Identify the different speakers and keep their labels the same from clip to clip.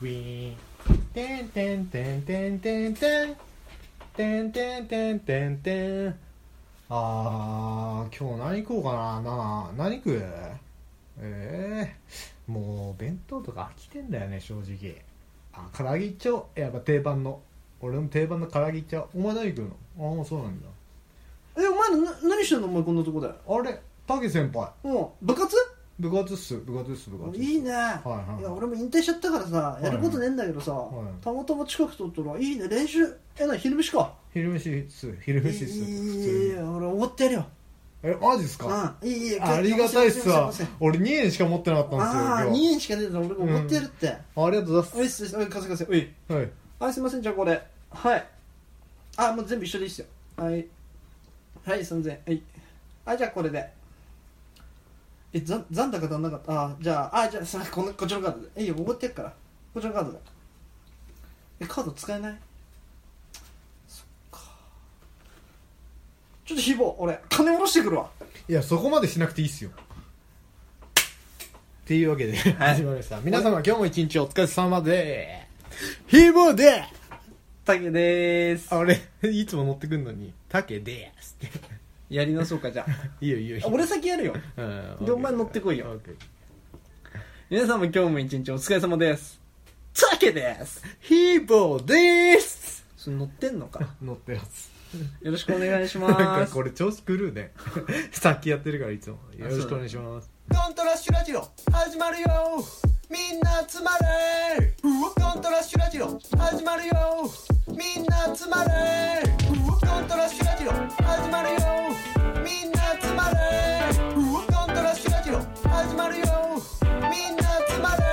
Speaker 1: ウィーンてんてんてんてんてんてんてんてんてんてんてんあー今日何食おうかななあ何食うええもう弁当とか飽きてんだよね正直あ唐揚げいっちゃおうやっぱ定番の俺の定番の唐揚げいっちゃおうお前何食うのああそうなんだ
Speaker 2: えお前な何してんのお前こんなとこで
Speaker 1: あれ武先輩
Speaker 2: うん部活
Speaker 1: 部活っす部活っす部活っす
Speaker 2: いいね、
Speaker 1: いはい
Speaker 2: いや俺も引退しちゃったからさ
Speaker 1: い
Speaker 2: やることねえんだけどさ、
Speaker 1: はい
Speaker 2: たまたま近く通ったらいいね練習えな昼飯か
Speaker 1: 昼飯っす昼飯っす
Speaker 2: い
Speaker 1: 普
Speaker 2: いいいい
Speaker 1: 通に
Speaker 2: 俺おごってやるよ
Speaker 1: えマジっすか
Speaker 2: うんいいいい
Speaker 1: ありがたいっすわ
Speaker 2: すいませんすいません
Speaker 1: 俺2円しか持ってなかった
Speaker 2: あ
Speaker 1: んです
Speaker 2: あ2
Speaker 1: よ
Speaker 2: 円しか出てたら俺がおごってやるって、
Speaker 1: 今日ありがとうござい
Speaker 2: おいっすおいっすおい貸せ貸せおい
Speaker 1: ますはい
Speaker 2: あすいませんじゃあこれはいあもう全部一緒でいいっすよはいはい3000円はいあじゃあこれでえ残残高足んなかったあじゃああじゃあさこのこっちのカードでいいよおごってやっからこっちのカードでえカード使えないそっかちょっとひぼ俺金下ろしてくるわ
Speaker 1: いやそこまでしなくていいっすよっていうわけで始まりました皆様今日も一日お疲れ様でひもで
Speaker 2: タケでーす
Speaker 1: あれいつも乗ってくんのに「たけです」って
Speaker 2: やり直そうかじゃ あ
Speaker 1: いいよいいよいいよ
Speaker 2: 俺先やるよ
Speaker 1: うん
Speaker 2: でお前乗ってこいよ
Speaker 1: OK
Speaker 2: 皆さんも今日も一日お疲れ様ですタケです
Speaker 1: ひぼでーす
Speaker 2: それ乗ってんのか
Speaker 1: 乗ってます
Speaker 2: よろしくお願い し
Speaker 1: なん
Speaker 2: ま
Speaker 1: か
Speaker 2: す
Speaker 1: これ調子狂うね さっきやってるからいつもよろしくお願いします
Speaker 3: コントラッシュラジオ始まるよみんな集まれコントラッシュラジオ始まるよみんな集まれコントラッシュラジオ始まるよみんな集まれコントラッシュラジオ始まるよみんな集まれ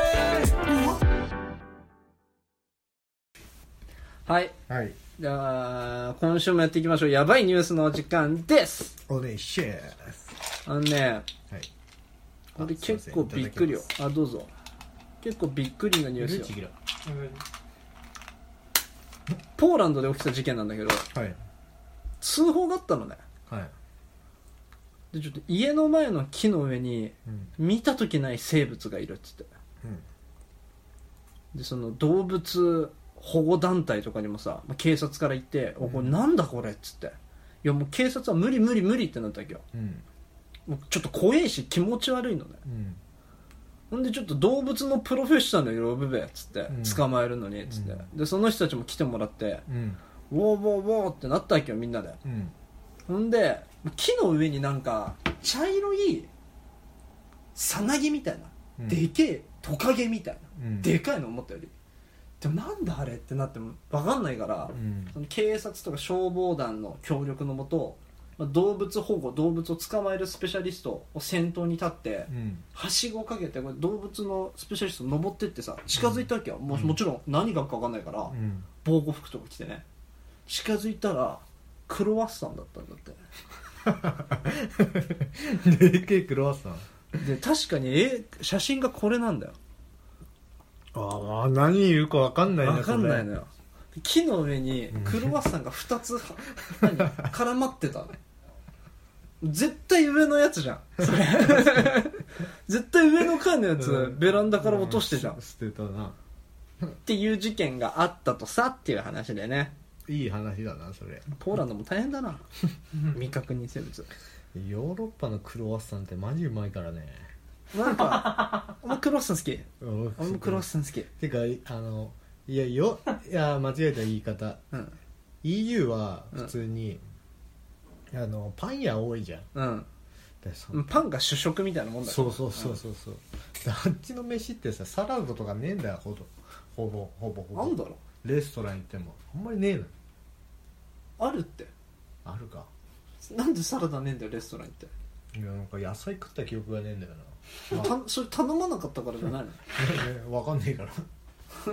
Speaker 2: はい
Speaker 1: はい
Speaker 2: じゃあ今週もやっていきましょうやばいニュースのお時間です
Speaker 1: お願いします
Speaker 2: あのね
Speaker 1: はい
Speaker 2: これ
Speaker 1: あすいませ
Speaker 2: 結
Speaker 1: ん
Speaker 2: 構びっくりよ
Speaker 1: いた
Speaker 2: あどうぞ結構びっくりなニュースよポーランドで起きた事件なんだけど
Speaker 1: はい
Speaker 2: 通報があったのね
Speaker 1: はい
Speaker 2: でちょっと家の前の木の上に
Speaker 1: うん
Speaker 2: 見た時ない生物がいるっつって
Speaker 1: うん
Speaker 2: でその動物保護団体とかにもさまあ警察から行って「おこれなんだこれ」っつって「いやもう警察は無理無理無理」ってなったわけよ
Speaker 1: うん
Speaker 2: もうちょっと怖えし気持ち悪いのね
Speaker 1: うん
Speaker 2: ほんでちょっと動物のプロフェッショナル呼ぶべっつって、
Speaker 1: うん
Speaker 2: 捕まえるのにっつって、
Speaker 1: う
Speaker 2: でその人たちも来てもらって
Speaker 1: うん
Speaker 2: ウォーウォーウォーってなったわけよみんなで
Speaker 1: うん
Speaker 2: ほんで木の上になんか茶色いさなぎみたいな、
Speaker 1: うん
Speaker 2: でけえトカゲみたいな、
Speaker 1: うん
Speaker 2: でかいの思ったよりでもなんだあれってなっても分かんないから、
Speaker 1: うん
Speaker 2: その警察とか消防団の協力のもとまあ動物保護動物を捕まえるスペシャリストを先頭に立って、
Speaker 1: うん
Speaker 2: はしごをかけてこれ動物のスペシャリスト登ってってさ近づいたわけよ、もうもちろん何があるか分かんないから、
Speaker 1: うん
Speaker 2: 防護服とか着てね近づいたらクロワッサンだったんだっ
Speaker 1: でけえクロワッサン
Speaker 2: てで確かにえ写真がこれなんだよ
Speaker 1: ああ何いるかわかんないね
Speaker 2: 分かんないの
Speaker 1: ね
Speaker 2: よ木の上にクロワッサンが2つは何絡まってたの絶対上のやつじゃんそれ絶対上の階のやつ、ベランダから落としてじゃん、
Speaker 1: う
Speaker 2: っ
Speaker 1: 捨てたな
Speaker 2: ていう事件があったとさっていう話でね
Speaker 1: いい話だなそれ
Speaker 2: ポーランドも大変だ な未確認生物
Speaker 1: ヨーロッパのクロワッサンってマジうまいからね
Speaker 2: なんかお前クロワッサン好き
Speaker 1: うん
Speaker 2: 俺もクロワッサン好き
Speaker 1: てかあのいやよいや間違えた言い方
Speaker 2: うん
Speaker 1: EU は普通に、あのパン屋多いじゃん
Speaker 2: うん
Speaker 1: でそ
Speaker 2: パンが主食みたいなもんだか
Speaker 1: そ
Speaker 2: ら
Speaker 1: うそうそうそうそうであっちの飯ってさサラダとかねえんだよほどほぼほぼほぼ
Speaker 2: なんだろ
Speaker 1: レストラン行ってもあんまりねえの
Speaker 2: うあるって
Speaker 1: あるか
Speaker 2: なんでサラダねえんだよレストラン行って
Speaker 1: いやなんか野菜食った記憶がねえんだよな、ま
Speaker 2: たそれ頼まなかったからじゃないの
Speaker 1: あ、わかんねえから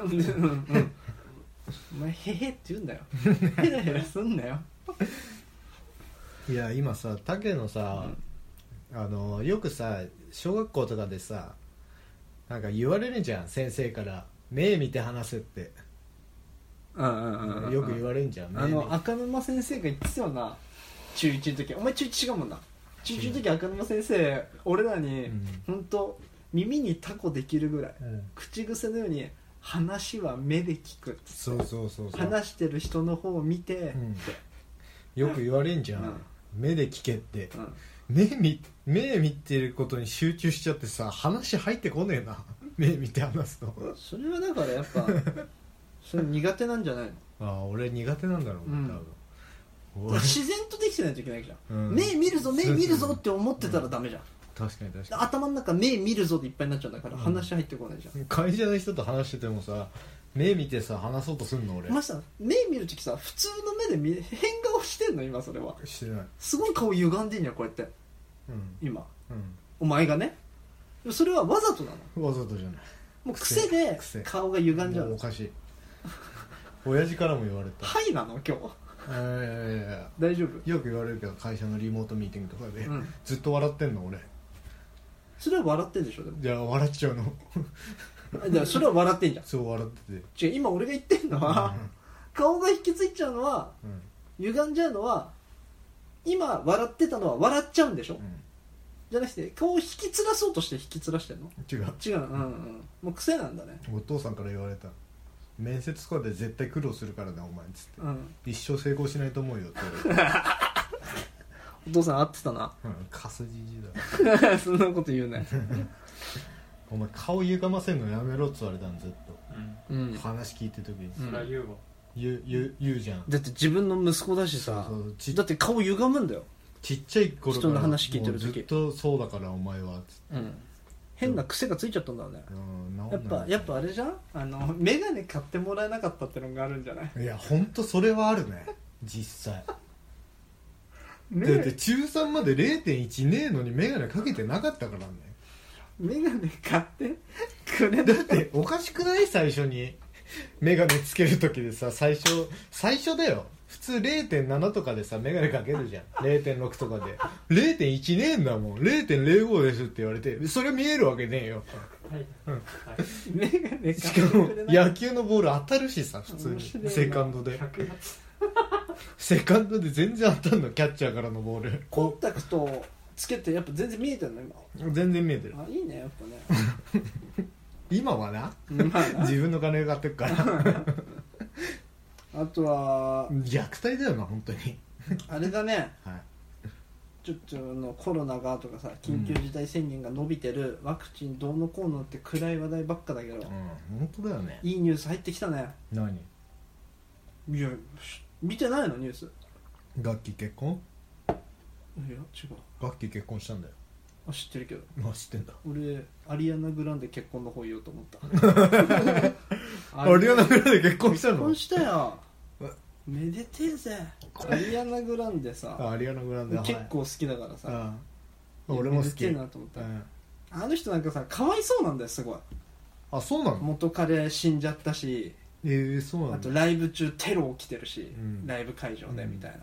Speaker 2: うんうんお前へへって言うんだよへらへらすんなよ
Speaker 1: いや今さ竹のさ、あのよくさ小学校とかでさなんか言われるじゃん先生から「目見て話せ」って
Speaker 2: うんうんうんうん
Speaker 1: よく言われるじゃん
Speaker 2: あ
Speaker 1: 目見
Speaker 2: の赤沼先生が言ってたよな中1の時お前中1違うもんな中1の時赤沼先生俺らに
Speaker 1: うん
Speaker 2: 本当耳にタコできるぐらい
Speaker 1: うん
Speaker 2: 口癖のように話は目で聞く
Speaker 1: そうそうそうそう、
Speaker 2: 話してる人の方を見て
Speaker 1: う、ん、よく言われんじゃん、
Speaker 2: うん
Speaker 1: 目で聞けって
Speaker 2: うん
Speaker 1: 目見目見てることに集中しちゃってさ話入ってこねえな 目見て話すの
Speaker 2: それはだからやっ ぱそれ苦手なんじゃないの
Speaker 1: ああ俺苦手なんだろうね、
Speaker 2: うん
Speaker 1: 多分俺
Speaker 2: 自然とできてないといけないじゃん、
Speaker 1: うん
Speaker 2: 目見るぞ目見る
Speaker 1: そうそうそ
Speaker 2: ぞ
Speaker 1: う
Speaker 2: って思ってたらダメじゃん、
Speaker 1: 確かに確か
Speaker 2: 頭の中目見るぞでいっぱいになっちゃうんだから、
Speaker 1: うん
Speaker 2: 話入ってこないじゃん、
Speaker 1: に会社の人と話しててもさ目見てさ話そうとすんの俺
Speaker 2: まさ目見るときさ普通の目で見変顔してんの今それは
Speaker 1: してない
Speaker 2: すごい顔歪んでんじゃんこうやって
Speaker 1: うん
Speaker 2: 今お前がねでもそれはわざとなの
Speaker 1: うんわざとじゃない
Speaker 2: もう癖で
Speaker 1: 癖
Speaker 2: 顔が歪んじゃう
Speaker 1: もうお
Speaker 2: の
Speaker 1: かしい親父からも言われた
Speaker 2: はいなの今日
Speaker 1: いやいやいやいや
Speaker 2: 大丈夫、
Speaker 1: よく言われるけど会社のリモートミーティングとかで、
Speaker 2: うん、
Speaker 1: ずっと笑ってんの俺
Speaker 2: それは笑ってんでしょでも
Speaker 1: じゃあ笑っちゃうの
Speaker 2: じゃあそれは笑ってんじゃ
Speaker 1: そう笑ってて
Speaker 2: ん違う今俺が言ってんのは顔が引きついちゃうのは
Speaker 1: うんうん
Speaker 2: 歪んじゃうのは今笑ってたのは笑っちゃうんでしょ
Speaker 1: うん
Speaker 2: じゃなくて顔を引きつらそうとして引きつらしてんの
Speaker 1: 違う
Speaker 2: 違ううんうんもう癖なんだね
Speaker 1: お父さんから言われた面接とかで絶対苦労するからなお前っつって
Speaker 2: うん
Speaker 1: 一生成功しないと思うよって言われた
Speaker 2: お父さん合ってたな
Speaker 1: うんカスじじいだ
Speaker 2: そんなこと言 うね
Speaker 1: お前顔歪ませんのやめろっつ言われたんずっ
Speaker 4: うん
Speaker 2: うん
Speaker 1: と話聞いてる時に
Speaker 4: そりゃ言うわ
Speaker 1: 言う言う言うじゃん
Speaker 2: だって自分の息子だしさ
Speaker 1: そうそうち
Speaker 2: だって顔歪むんだよ、
Speaker 1: ちっちゃい頃から
Speaker 2: 人の話聞いてる時
Speaker 1: もうずっとそうだからお前はっつって
Speaker 2: うん、変な癖がついちゃったんだろうね
Speaker 1: うん治ん
Speaker 2: やっ
Speaker 1: ない
Speaker 2: ぱやっぱあれじゃんあの眼鏡買ってもらえなかったってのがあるんじゃない
Speaker 1: いや本当それはあるね実際だって
Speaker 2: 眼
Speaker 1: 中3まで0.1ねえのに眼鏡かけてなかったからね
Speaker 2: 鏡買ってくれ
Speaker 1: だ
Speaker 2: た
Speaker 1: っておかしくない最初に眼鏡つける時でさ最初最初だよ普通0.7とかでさ眼鏡かけるじゃん0.6とかで0.1ねえんだもん0.05ですって言われてそれ見えるわけねえよ
Speaker 4: はい
Speaker 2: 眼鏡買って
Speaker 1: しかも
Speaker 2: くれな
Speaker 1: 野球のボール当たるしさ普通
Speaker 2: 面白い
Speaker 1: に
Speaker 2: な
Speaker 1: セカンドで
Speaker 4: 100月
Speaker 1: セカンドで全然当たんのキャッチャーからのボール
Speaker 2: コンタクトつけてやっぱ全然見えてるの
Speaker 1: 全然見えてる
Speaker 2: 今あいいねやっ
Speaker 1: 今はな
Speaker 2: ぱねまあ な
Speaker 1: 自分の金買ってっから
Speaker 2: あとは
Speaker 1: 虐待だよな本当に
Speaker 2: あれだね
Speaker 1: はい
Speaker 2: ちょっとあのコロナがとかさ緊急事態宣言が伸びてる、ワクチンどうのこうのって暗い話題ばっかだけど、
Speaker 1: うん本当だよね
Speaker 2: いいニュース入ってきたね
Speaker 1: 何
Speaker 2: いや見てないのニュースい
Speaker 1: 楽器結婚
Speaker 2: や違う
Speaker 1: 楽器結婚したんだよ
Speaker 2: あ知ってるけど
Speaker 1: まあ知ってんだ
Speaker 2: 俺アリアナ・グランデ結婚の方言おうと思った
Speaker 1: アリアナ・グランデ結婚した
Speaker 2: 結
Speaker 1: の
Speaker 2: 婚したよ
Speaker 1: え
Speaker 2: めでてえぜアリアナ・グランデさ
Speaker 1: あアリアナ・グランデ
Speaker 2: 結構好きだからさ、
Speaker 1: はいうん俺も好
Speaker 2: めでて
Speaker 1: き
Speaker 2: えなと思った、
Speaker 1: うん
Speaker 2: あの人なんかさかわいそうなんだよすごい
Speaker 1: あそうなの
Speaker 2: 元彼死んじゃったし
Speaker 1: ええそうな
Speaker 2: あと
Speaker 1: の
Speaker 2: ライブ中テロ起きてるし、
Speaker 1: うん
Speaker 2: ライブ会場で
Speaker 1: うん
Speaker 2: みたい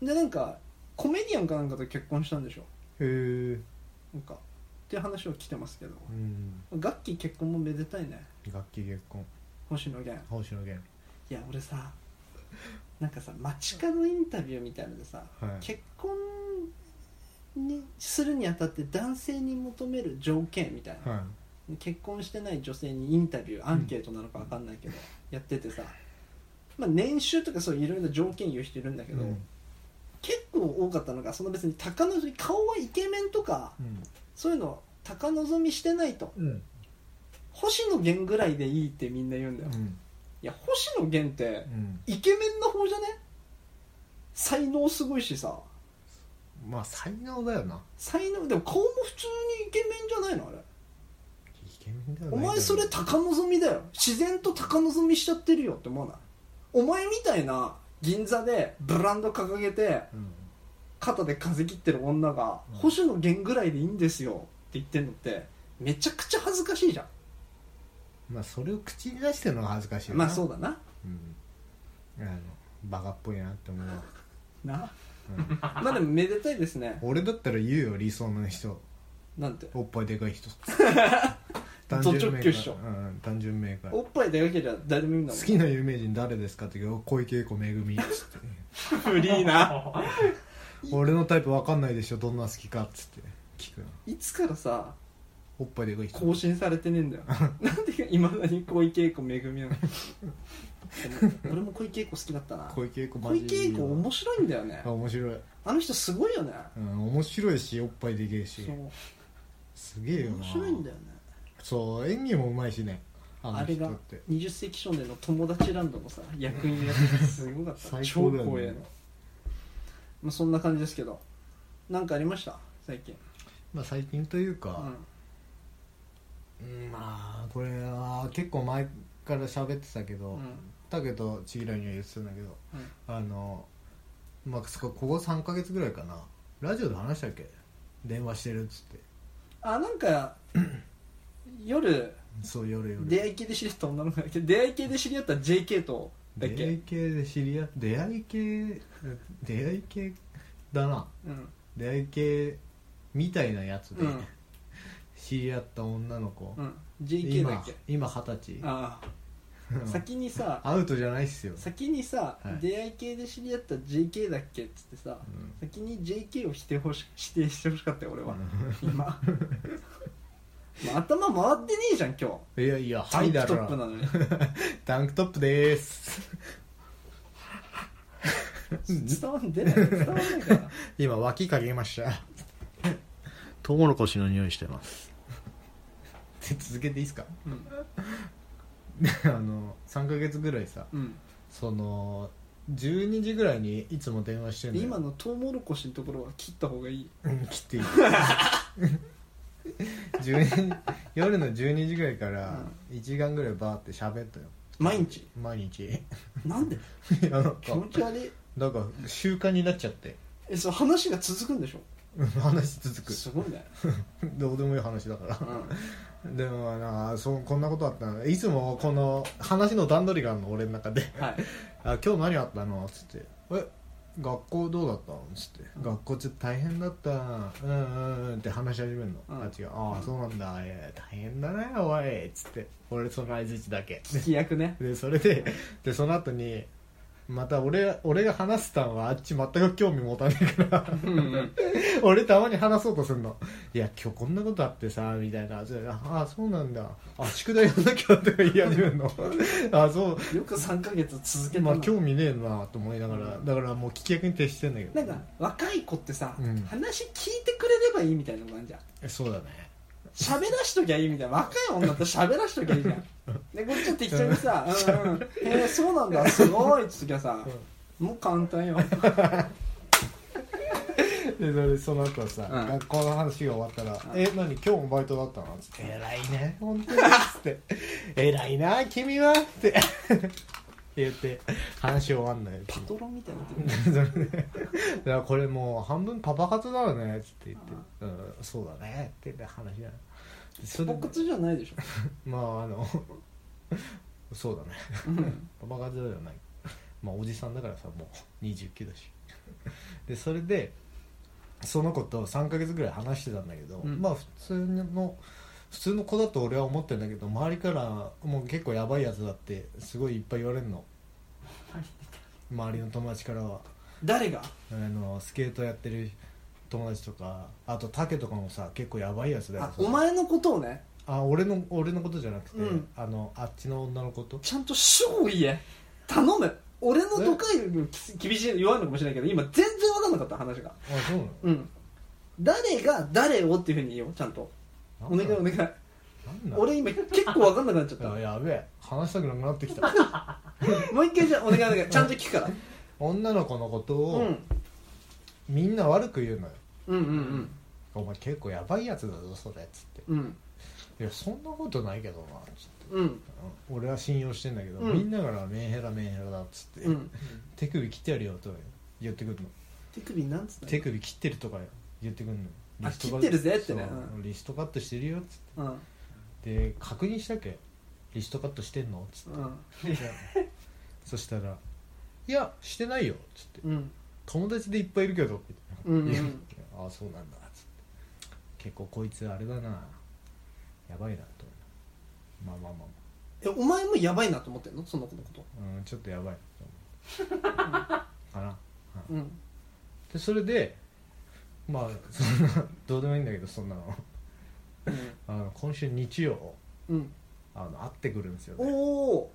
Speaker 2: な、でなんかコメディアンかなんかと結婚したんでしょ
Speaker 1: へえ
Speaker 2: なんかっていう話は来てますけど
Speaker 1: うん
Speaker 2: 楽器結婚もめでたいね
Speaker 1: 楽器結婚
Speaker 2: 星野源
Speaker 1: 星野源
Speaker 2: いや俺さなんかさ街角インタビューみたいのでさ、
Speaker 1: はい
Speaker 2: 結婚にするにあたって男性に求める条件みたいな、
Speaker 1: は
Speaker 2: 結婚してない女性にインタビューアンケートなのか分かんないけど、やっててさ、まあ、年収とかそういろいろな条件言う人いるんだ
Speaker 1: い
Speaker 2: け
Speaker 1: う
Speaker 2: ど、
Speaker 1: ん
Speaker 2: 結構多かったのがその別に高望み顔はイケメンとか
Speaker 1: うん
Speaker 2: そういうの高望みしてないと
Speaker 1: うん
Speaker 2: 星野源ぐらいでいいってみんな言うんだよ、いや星野源って
Speaker 1: うん
Speaker 2: イケメンの方じゃね才能すごいしさ
Speaker 1: まあ才能だよな
Speaker 2: 才能でも顔も普通にイケメンじゃないのあれ
Speaker 1: イケメンだよ
Speaker 2: お
Speaker 1: な
Speaker 2: 前それ高望みだよ自然と高望みしちゃってるよって思わないお前みたいな銀座でブランド掲げて
Speaker 1: うん
Speaker 2: 肩で風切ってる女が
Speaker 1: うん
Speaker 2: 星野源ぐらいでいいんですよって言ってんのってめちゃくちゃ恥ずかしいじゃん
Speaker 1: まあそれを口に出してるのが恥ずかしいよな
Speaker 2: まあそうだな
Speaker 1: うんあのバカっぽいなって思うわ、
Speaker 2: な
Speaker 1: うん、
Speaker 2: まあでもめでたいですね
Speaker 1: 俺だったら言うよ理想の人
Speaker 2: なんて
Speaker 1: おっぱいでかい 人
Speaker 2: ド直球っしょ
Speaker 1: うん、単純明快好
Speaker 2: おっぱいだけじゃ誰でもいいんだもん
Speaker 1: きな有名人誰ですかって言うけど小池栄子めぐみっつって
Speaker 2: フリーな
Speaker 1: 俺のタイプわかんないでしょどんな好きかっつって聞くの
Speaker 2: いつからさ
Speaker 1: おっぱいでかい人
Speaker 2: 更新されてねえんだよなんでいまだに小池栄子め ぐみなの俺も小池栄子好きだったな
Speaker 1: 小池栄子マ
Speaker 2: 小
Speaker 1: ジで
Speaker 2: 池栄子面白いんだよね
Speaker 1: あ面白い、
Speaker 2: あの人すごいよね
Speaker 1: うん、面白いしおっぱいでけえし
Speaker 2: そう
Speaker 1: すげえよな
Speaker 2: 面白いんだよね
Speaker 1: そう演技もうまいしねあ
Speaker 2: あ
Speaker 1: の
Speaker 2: れ
Speaker 1: 人
Speaker 2: が
Speaker 1: って
Speaker 2: 20世紀少年の友達ランドのさ役員やっててすごかった
Speaker 1: 最高
Speaker 2: 超
Speaker 1: だよね
Speaker 2: 光栄の、まあ、そんな感じですけどなんかありました最近
Speaker 1: まあ最近という
Speaker 2: う
Speaker 1: か
Speaker 2: ん、
Speaker 1: うんまあこれは結構前から喋ってたけど、
Speaker 2: うん
Speaker 1: だけど千尋には言ってたんだけど
Speaker 2: うん
Speaker 1: あのまあそこここ3か月ぐらいかなラジオで話したっけ電話してるっつって
Speaker 2: あなんか 夜
Speaker 1: そう夜夜
Speaker 2: 出会い系で知り合った女の子だっけ出会い系で知り合った JK とだっ
Speaker 1: 出会い
Speaker 2: け、
Speaker 1: 系で知り合っ出会い系出会い系だな
Speaker 2: うん、
Speaker 1: 出会い系みたいなやつで、
Speaker 2: うん
Speaker 1: 知り合った女の子、
Speaker 2: うん、JK だっ
Speaker 1: 今
Speaker 2: け
Speaker 1: 今二十歳
Speaker 2: あ
Speaker 1: う
Speaker 2: あ
Speaker 1: ん
Speaker 2: 先にさ
Speaker 1: アウトじゃないっすよ、
Speaker 2: 先にさ、
Speaker 1: はい
Speaker 2: 出会い系で知り合った JK だっけっつってさ
Speaker 1: うん
Speaker 2: 先に JK を否定ほし指定してほしかったよ俺は、今 まあ頭回ってねえじゃん今
Speaker 1: いやいや
Speaker 2: 日
Speaker 1: ハイだ
Speaker 2: タンクトップな
Speaker 1: ろ
Speaker 2: のに
Speaker 1: タンクトップでーす
Speaker 2: 伝わんでない伝わんないから
Speaker 1: 今脇かけましたトウモロコシの匂いしてますで続けていいですか
Speaker 2: うん
Speaker 1: であの3ヶ月ぐらいさ
Speaker 2: うん
Speaker 1: その12時ぐらいにいつも電話してん
Speaker 2: で
Speaker 1: のよ
Speaker 2: 今のトウモロコシのところは切った方がい い
Speaker 1: うん切っていい12夜の12時ぐらいから1時間ぐらいバーって喋ったよ
Speaker 2: 毎日
Speaker 1: 毎日 い
Speaker 2: なんで
Speaker 1: やなんか
Speaker 2: 気持ち悪い
Speaker 1: なんか習慣になっちゃって
Speaker 2: えそう話が続くんでしょ
Speaker 1: うん話続く
Speaker 2: すごいね、
Speaker 1: どうでもいい話だから
Speaker 2: う
Speaker 1: でもなそうこんなことあったのいつもこの話の段取りがあるの俺の中で
Speaker 2: ん、はい
Speaker 1: 「あ今日何あったの?」っつって「え学校どうだったの?」っつって「学校ちょっと大変だったうんうんうん」って話し始めるの、
Speaker 2: うん
Speaker 1: あ違う「ああそうなんだいや大変だなおい」っつって俺その相づちだけ
Speaker 2: 聞き役ね
Speaker 1: でそれででその後にまた俺俺が話すターンはあっち全く興味持たないから
Speaker 2: うんうん
Speaker 1: 俺たまに話そうとするの「いや今日こんなことあってさ」みたいな「それああそうなんだあ宿題やんなきゃ」とか言い始める の「あそう
Speaker 2: よく3ヶ月続けた
Speaker 1: ま
Speaker 2: な
Speaker 1: あ興味ねえな」と思いながらだからもう棄却に徹してんだけど
Speaker 2: なんか若い子ってさ、
Speaker 1: うん
Speaker 2: 話聞いてくれればいいみたいなのがあんじゃん
Speaker 1: えそうだね
Speaker 2: 喋らしときゃいいみたいな若い女だって喋らしときゃいいじゃんでこっちは適当にさ「うんうんえー、そうなんだすごい」っつきゃさ、もう簡単よ
Speaker 1: でそれその後はさ、
Speaker 2: うん
Speaker 1: 学校の話が終わったら「
Speaker 2: うん
Speaker 1: え何今日もバイトだったの?」つって「偉いね本 当に」つって「偉いな君は」って 言って話終わんないよ
Speaker 2: パトロンみたいになっ
Speaker 1: そ
Speaker 2: てる
Speaker 1: れでだからこれもう半分パパ活だよね」っつって言って「うんそうだね」って言って話しながらそれ
Speaker 2: ポ
Speaker 1: で
Speaker 2: クツじゃないでしょ、
Speaker 1: まああの そうだね
Speaker 2: うん
Speaker 1: パパ活ではないまあおじさんだからさもう29だしでそれでその子と3ヶ月ぐらい話してたんだけど、
Speaker 2: うん
Speaker 1: まあ普通の普通の子だと俺は思ってんだけど周りからもう結構やばいやつだってすごいいっぱい言われ るの周りの友達からは
Speaker 2: 誰が
Speaker 1: あのスケートやってる友達とかあとタケとかもさ結構やばいやつだよ
Speaker 2: あお前のことをね
Speaker 1: あ俺の俺のことじゃなくて、
Speaker 2: うん
Speaker 1: あのあっちの女のこと
Speaker 2: ちゃんと主語を言え頼む俺の都会よりも厳しい弱いのかもしれないけど今全然分かんなかった話が
Speaker 1: あそうなの
Speaker 2: うん誰が誰をっていうふうに言おうちゃんとお願いお願い
Speaker 1: なんだ
Speaker 2: 俺今結構分かんなくなっちゃっ
Speaker 1: あ
Speaker 2: た
Speaker 1: やべえ話したくなくなってき た
Speaker 2: もう一回じゃあお願いお願いちゃんと聞くから
Speaker 1: 女の子のこと
Speaker 2: う
Speaker 1: を、
Speaker 2: ん
Speaker 1: みんな悪く言うのよ
Speaker 2: うんうん
Speaker 1: お前結構やばいやつだぞそれっつって
Speaker 2: うんうん
Speaker 1: いやそんなことないけどなつって
Speaker 2: うん
Speaker 1: うん俺は信用してんだけど、
Speaker 2: うん
Speaker 1: みんなからメンヘラメンヘラだっつって、
Speaker 2: うん
Speaker 1: 手首切ってやるよと言ってくるの
Speaker 2: 手首なんつったの
Speaker 1: 手首切ってるとか言ってくんのよ
Speaker 2: あ
Speaker 1: リストカッ
Speaker 2: 切ってるぜってね
Speaker 1: そうリストカットしてるよっつっ
Speaker 2: うん
Speaker 1: てで確認したっけリストカットしてんのっつ って
Speaker 2: うん
Speaker 1: そしたら「いやしてないよ」っつって
Speaker 2: うん
Speaker 1: 「友達でいっぱいいるけど」
Speaker 2: うんうん
Speaker 1: いやああそうなんだ」っつって結構こいつあれだなやばいなと思うまあまあま
Speaker 2: えお前もやばいなと思ってんのその子のこと
Speaker 1: あまあうんちょっと やばいと思うかな
Speaker 2: うん
Speaker 1: でそれでまあそんなどうでもいいんだけどそんなのあの今週日曜
Speaker 2: うん
Speaker 1: あの会ってくるんですよね
Speaker 2: おお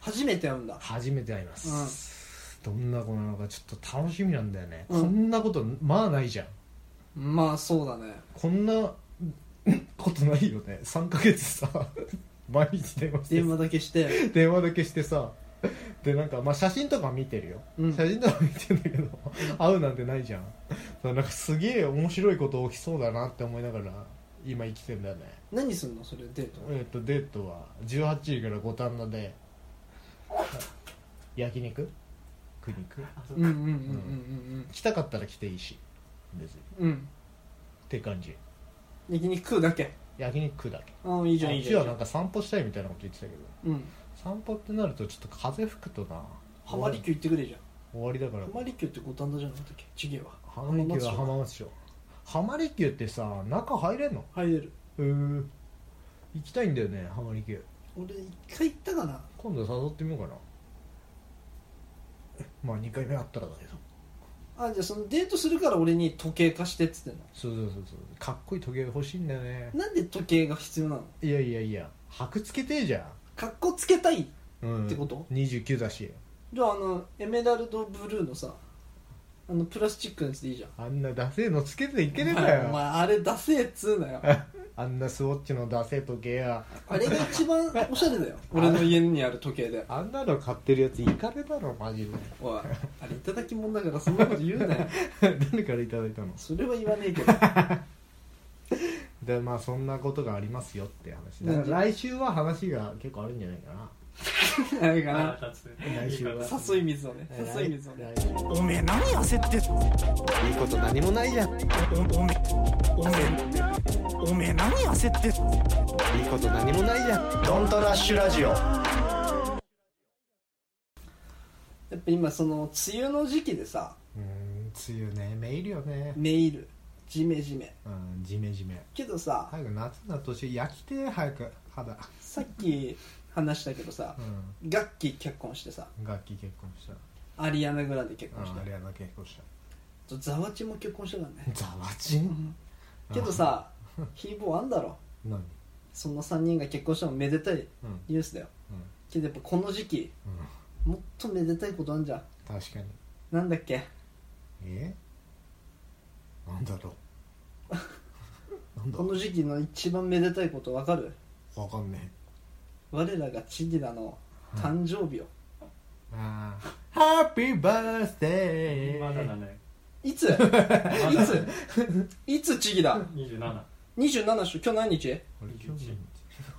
Speaker 2: 初めて会うんだ
Speaker 1: 初めて会います、どんな子なのかちょっと楽しみなんだよね、
Speaker 2: うん
Speaker 1: こんなことまあないじゃん
Speaker 2: まあそうだね
Speaker 1: こんな ことないよね3ヶ月さ 毎日電話して
Speaker 2: 電話だけして
Speaker 1: 電話だけしてさでなんかまあ写真とか見てるよ、
Speaker 2: うん
Speaker 1: 写真とか見てんだけど 会うなんてないじゃんだからなんかすげえ面白いこと起きそうだなって思いながら今生きてんだよね
Speaker 2: 何すんのそれデート
Speaker 1: えっ、とデートは18時から五反田で 焼肉食いに行く
Speaker 2: うんうんうんうん
Speaker 1: 来たかったら来ていいし別にっ
Speaker 2: うんうん
Speaker 1: て感じ
Speaker 2: 焼肉食うだけ
Speaker 1: 焼肉食うだけ
Speaker 2: ああいいじゃん
Speaker 1: あ
Speaker 2: いうい
Speaker 1: ち
Speaker 2: じゃ
Speaker 1: は
Speaker 2: ん
Speaker 1: なんか散歩したいみたいなこと言ってたけど
Speaker 2: うん
Speaker 1: 散歩ってなるとちょっと風吹くとな
Speaker 2: 浜離宮行ってくれじゃん
Speaker 1: 終わりだから
Speaker 2: 浜離宮って五反田じゃなかったっけちげえわ
Speaker 1: 浜離宮は浜松町浜離宮ってさ中入れんの
Speaker 2: 入れる
Speaker 1: へー行きたいんだよね浜離宮
Speaker 2: 俺一回行ったかな
Speaker 1: 今度誘ってみようかなまあ2回目あったらだけど
Speaker 2: あじゃあそのデートするから俺に時計貸してっつってんの
Speaker 1: そうそうそうそうかっこいい時計欲しいんだよね
Speaker 2: なんで時計が必要なの
Speaker 1: いやいやいや箔つけてえじゃ
Speaker 2: かっこつけたい
Speaker 1: ん、うん、
Speaker 2: ってこと
Speaker 1: 29だし
Speaker 2: じゃああのエメラルドブルーのさあのプラスチックのやつでいいじゃん
Speaker 1: あんなダセえのつけていけねえんだ
Speaker 2: お前お
Speaker 1: よ
Speaker 2: 前あれダセえっつうなよ
Speaker 1: あんなスウォッチのダセえ時計や
Speaker 2: あれが一番おしゃれだよ俺の家にある時計で
Speaker 1: あんなの買ってるやついかれだろマ ジで
Speaker 2: おいあれいただきもんだからそんなこと言うなよ
Speaker 1: 誰からいただいたの
Speaker 2: それは言わねえけど
Speaker 1: でまあそんなことがありますよって話
Speaker 2: なん
Speaker 1: だか
Speaker 2: で
Speaker 1: ら来週は話が結構あるんじゃないかな
Speaker 2: あれか
Speaker 4: あ
Speaker 2: な
Speaker 4: ー立つ
Speaker 1: 来週は
Speaker 2: 誘い水をね誘い水をね
Speaker 1: 来週
Speaker 3: おめえ何焦って
Speaker 1: いいこと何もないじゃんいい
Speaker 3: おおめおめおめえ何焦って
Speaker 1: こと何もないじゃん
Speaker 3: ドントラッシュラジオ
Speaker 2: やっぱ今その梅雨の時期でさ
Speaker 1: うん梅雨ねメイルよね
Speaker 2: メールジメジメ
Speaker 1: うんジメジメ
Speaker 2: けどさ
Speaker 1: 早く夏の年焼きてえ早く肌
Speaker 2: さっき話したけどさ
Speaker 1: う
Speaker 2: 楽器結婚してさ
Speaker 1: ん楽器結婚した
Speaker 2: アリアナ・グランデ結婚し
Speaker 1: あ
Speaker 2: た
Speaker 1: あれやな結婚した
Speaker 2: とザワチも結婚したからね
Speaker 1: ざわちん
Speaker 2: けどさヒーボーあんだろ
Speaker 1: 何うん
Speaker 2: その3人が結婚したのめでたい
Speaker 1: うん
Speaker 2: ニュースだよけどやっぱこの時期
Speaker 1: うん
Speaker 2: もっとめでたいことあんじゃん
Speaker 1: 確かに
Speaker 2: なんだっけ
Speaker 1: えなんだろう なんだ
Speaker 2: この時期の一番めでたいことわかる
Speaker 1: わかんね
Speaker 2: 我らがチギラの誕生日を、
Speaker 1: えああハッピーバースデー
Speaker 4: まだだね
Speaker 2: い ついついつチギラ
Speaker 4: 27
Speaker 2: 27週今日何日
Speaker 1: 俺今日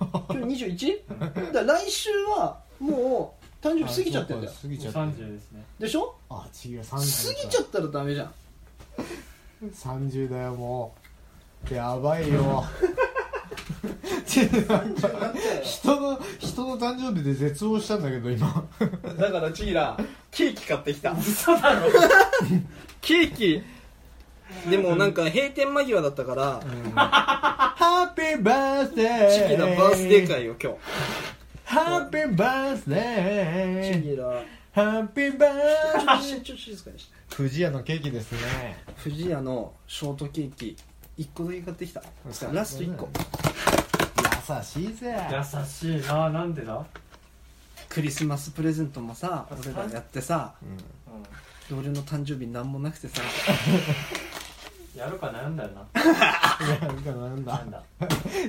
Speaker 2: 今日 21? だから来週はもう誕生日過ぎちゃってんだよ
Speaker 1: 過ぎちゃって
Speaker 4: 30ですね
Speaker 2: でしょ
Speaker 1: あ違う30
Speaker 2: 過ぎちゃったらダメじゃん
Speaker 1: 30だよもうやばい よちょなんか人の人の誕生日で絶望したんだけど 今
Speaker 2: だからチギラケーキ買ってきた
Speaker 4: 嘘だろ
Speaker 2: ケーキでもなんか閉店間際だったから、
Speaker 1: ハッピーバースデー
Speaker 2: チギラバースデー会を今
Speaker 1: ハッピーバースデ
Speaker 2: 日チ
Speaker 1: ー
Speaker 2: ギラ
Speaker 1: ハッピーバ ースデー
Speaker 2: ちょっと静かにして
Speaker 1: 不二家のケーキですね
Speaker 2: 藤屋のショートケーキ1個だけ買ってきたラスト1個
Speaker 1: 優しいぜ
Speaker 4: 優しいななんでだ
Speaker 2: クリスマスプレゼントもさ俺らやってさ
Speaker 4: うん
Speaker 2: で俺の誕生日なんもなくてさ
Speaker 4: やろうか悩んだよない
Speaker 1: やなんかなんだ
Speaker 4: なんだ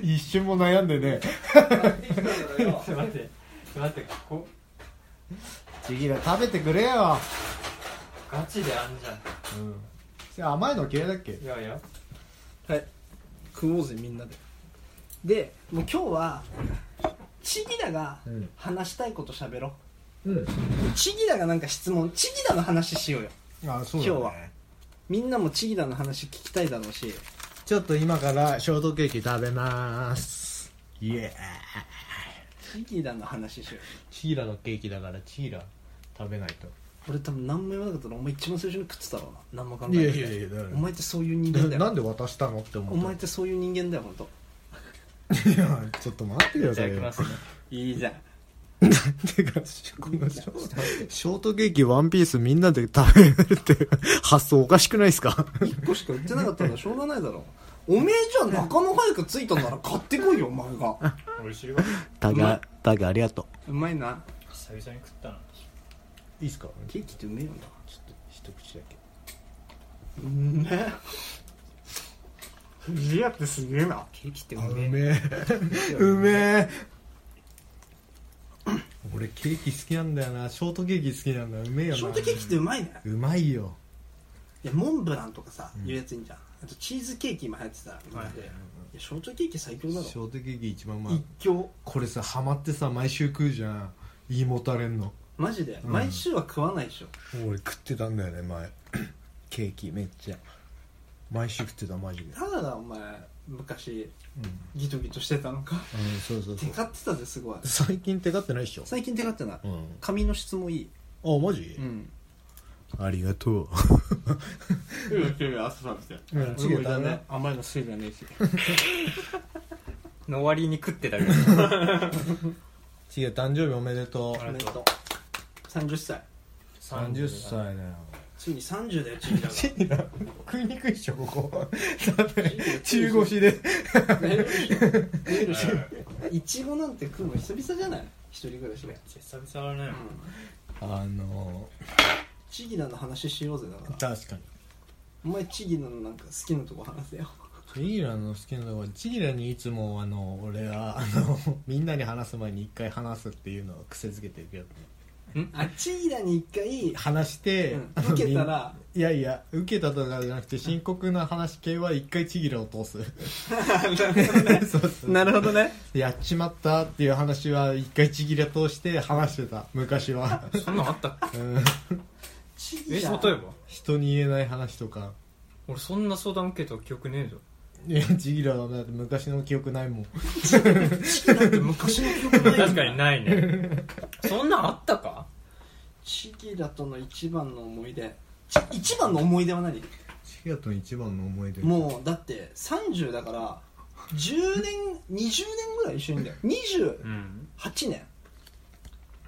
Speaker 1: 一瞬も悩んでね
Speaker 4: ちょっと待ってちょっと待ってこ
Speaker 1: ちぎら食べてくれよ、
Speaker 4: ガチであんじゃ
Speaker 1: うん、甘いの嫌いだっけ
Speaker 4: んいやいや
Speaker 2: はい食おうぜみんなででもう今日はチギラが
Speaker 1: うん
Speaker 2: 話したいこと喋ろ
Speaker 1: うん
Speaker 2: うチギラがなんか質問チギラの話しようよ
Speaker 1: あそうだ、ね、
Speaker 2: 今日はみんなもチギラの話聞きたいだろうし
Speaker 1: ちょっと今からショートケーキ食べますイエー
Speaker 2: チギラの話しようよ
Speaker 1: チーラのケーキだからチーラ食べないと
Speaker 2: 俺多分何も言わなかったらお前一番最初に食ってたろうな何も考え
Speaker 1: い
Speaker 2: な
Speaker 1: や
Speaker 2: い
Speaker 1: いやいやだから
Speaker 2: お前ってそういう人間だ
Speaker 1: な
Speaker 2: よ
Speaker 1: んで渡したのって思
Speaker 2: お前っ
Speaker 1: って
Speaker 2: そういう人間だよ本当。
Speaker 1: たいやちょっと待ってくだ
Speaker 4: じゃあ
Speaker 1: さい
Speaker 4: 行き
Speaker 1: よ
Speaker 4: ますね
Speaker 2: いいじゃん
Speaker 1: てかこのショショートケーキワンピースみんなで食べるって発想おかしくないですか
Speaker 2: 1個しか売ってなかったんだしょうがないだろおめえじゃあ中野早く着いたんなら買ってこいよお前 が
Speaker 4: 美味しいわ
Speaker 3: タ
Speaker 2: うまい
Speaker 3: ガタガありがと
Speaker 2: うまいな
Speaker 4: 久々に食ったない
Speaker 1: いっすか
Speaker 2: ケーキってうめえよな
Speaker 1: ちょっと一口だけ
Speaker 2: うめえ藤屋ってすげえなケーキってう
Speaker 1: う
Speaker 2: めえ
Speaker 1: めえ うめえ俺ケーキ好きなんだよなショートケーキ好きなんだうめえよな
Speaker 2: ショートケーキってうまいね
Speaker 1: うまいよ
Speaker 2: いやモンブランとかさいうやついいんじゃんあとチーズケーキ今流行ってたみたいで
Speaker 4: はい
Speaker 2: いやショートケーキ最強
Speaker 1: シ
Speaker 2: だ
Speaker 1: ョー
Speaker 2: ろ
Speaker 1: トケーキ一番うま
Speaker 2: 一
Speaker 1: い
Speaker 2: 強
Speaker 1: これさハマってさ毎週食うじゃん胃もたれんの
Speaker 2: マジで
Speaker 1: ん
Speaker 2: 毎週は食わないでしょ
Speaker 1: 俺食ってたんだよね前 ケーキめっちゃ毎週食ってたマジで
Speaker 2: ただだお前昔ギトギトしてたのか
Speaker 1: うんそうそうそ
Speaker 2: テ
Speaker 1: う
Speaker 2: カってたぜすごい
Speaker 1: 最近手がってないっしょ
Speaker 2: 最近テカってない
Speaker 1: うん
Speaker 2: 髪の質もいい
Speaker 1: あマジ
Speaker 2: うん
Speaker 1: ありがとう
Speaker 2: 今日朝食べて
Speaker 1: うんちげたね
Speaker 2: 甘いの好きじゃねえし
Speaker 5: の割に食ってたけど
Speaker 1: ちげ誕生日おめでと
Speaker 2: お
Speaker 1: う
Speaker 2: めでとう30歳
Speaker 1: 30歳だよ
Speaker 2: ついに30だよチンジャ
Speaker 1: ちげな食いにくいっしょこ こだって中腰で
Speaker 2: ーがねいちごなんて食うの久々じゃない一人暮らしで
Speaker 4: 久々だね
Speaker 1: あの
Speaker 2: チギナの話しようぜだから
Speaker 1: 確かに
Speaker 2: お前チギナのなんか好きなとこ話せよ
Speaker 1: チギラの好きなところチギラにいつもあの俺はあのみんなに話す前に一回話すっていうのを癖づけてるけどね
Speaker 2: あチギナに一 回
Speaker 1: 話して、
Speaker 2: うん
Speaker 1: あの
Speaker 2: 受けたら
Speaker 1: みんいやいや受けたとかじゃなくて深刻な話系は一回ちぎらを通す そうそう
Speaker 2: なるほどね
Speaker 1: やっちまったっていう話は一回ちぎら通して話してた昔 は、
Speaker 5: そんなんあったっけ
Speaker 1: うん
Speaker 2: チ
Speaker 5: え例
Speaker 2: ギ
Speaker 5: え
Speaker 2: ナ
Speaker 5: ば
Speaker 1: 人に言えない話とか
Speaker 5: 俺そんな相談受けた記憶ねえぞ
Speaker 1: いやちぎらはだって昔の記憶ないもん
Speaker 2: チギナって昔の記憶ないよ
Speaker 5: 確かにないね そんなんあったか
Speaker 2: チギナとの一番の思い出ち一番の思い出は何
Speaker 1: ちぎらとの一番の思い出
Speaker 2: もうだって30だから10年20年ぐらい一緒にいんだよ28
Speaker 5: うん
Speaker 2: 年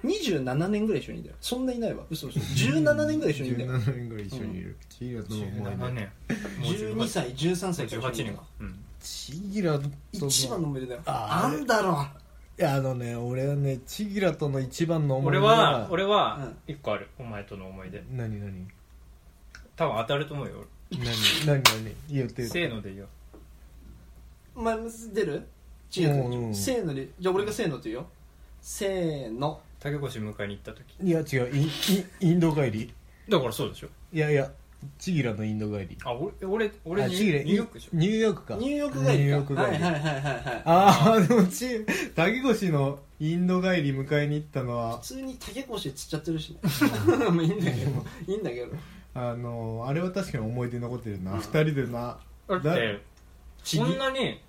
Speaker 2: 27年ぐらい一緒にいんだよそんないないわ嘘嘘17年ぐらい一緒にいんだよ
Speaker 1: 17年ぐらい一緒にいるちぎらとの思い出
Speaker 5: 17年もう
Speaker 2: 12歳13歳から一緒
Speaker 5: 18
Speaker 2: にいるん
Speaker 5: 年
Speaker 2: だ
Speaker 5: かうん
Speaker 1: ちぎらとの
Speaker 2: 一番の思い出だよ
Speaker 1: あー
Speaker 2: あんだろ
Speaker 1: いやあのね俺はねちぎらとの一番の思い
Speaker 5: 俺
Speaker 1: 出
Speaker 5: は
Speaker 1: 俺
Speaker 5: 俺
Speaker 2: う
Speaker 5: は
Speaker 2: ん
Speaker 5: 一個あるお前との思い出
Speaker 1: 何何
Speaker 5: 多分当たると思うよ
Speaker 1: 何何何言って
Speaker 5: 俺
Speaker 1: る
Speaker 5: せーのでいいよ
Speaker 2: お前も出る違う、
Speaker 1: うんうん
Speaker 2: せーのでじゃあ俺がせーのって言うよせーの
Speaker 5: 竹越迎えに行った時
Speaker 1: いや違うインインインド帰り
Speaker 5: だからそうでしょ
Speaker 1: いやいやちぎらのインド帰り
Speaker 5: あ俺俺俺
Speaker 1: あ
Speaker 5: ニ
Speaker 1: ちぎら
Speaker 5: ューヨークでしょ
Speaker 1: ニューヨークか
Speaker 2: ニューヨーク帰りか
Speaker 1: ニューヨーク帰り
Speaker 2: はいはいはいはいはい
Speaker 1: ああでもち竹越のインド帰り迎えに行ったのは
Speaker 2: 普通に竹越釣っちゃってるし ねまあいいんだけどいいんだけど
Speaker 1: あのあれは確かに思い出残ってるな、二人でな
Speaker 5: だって
Speaker 1: ちぎ
Speaker 5: そんなに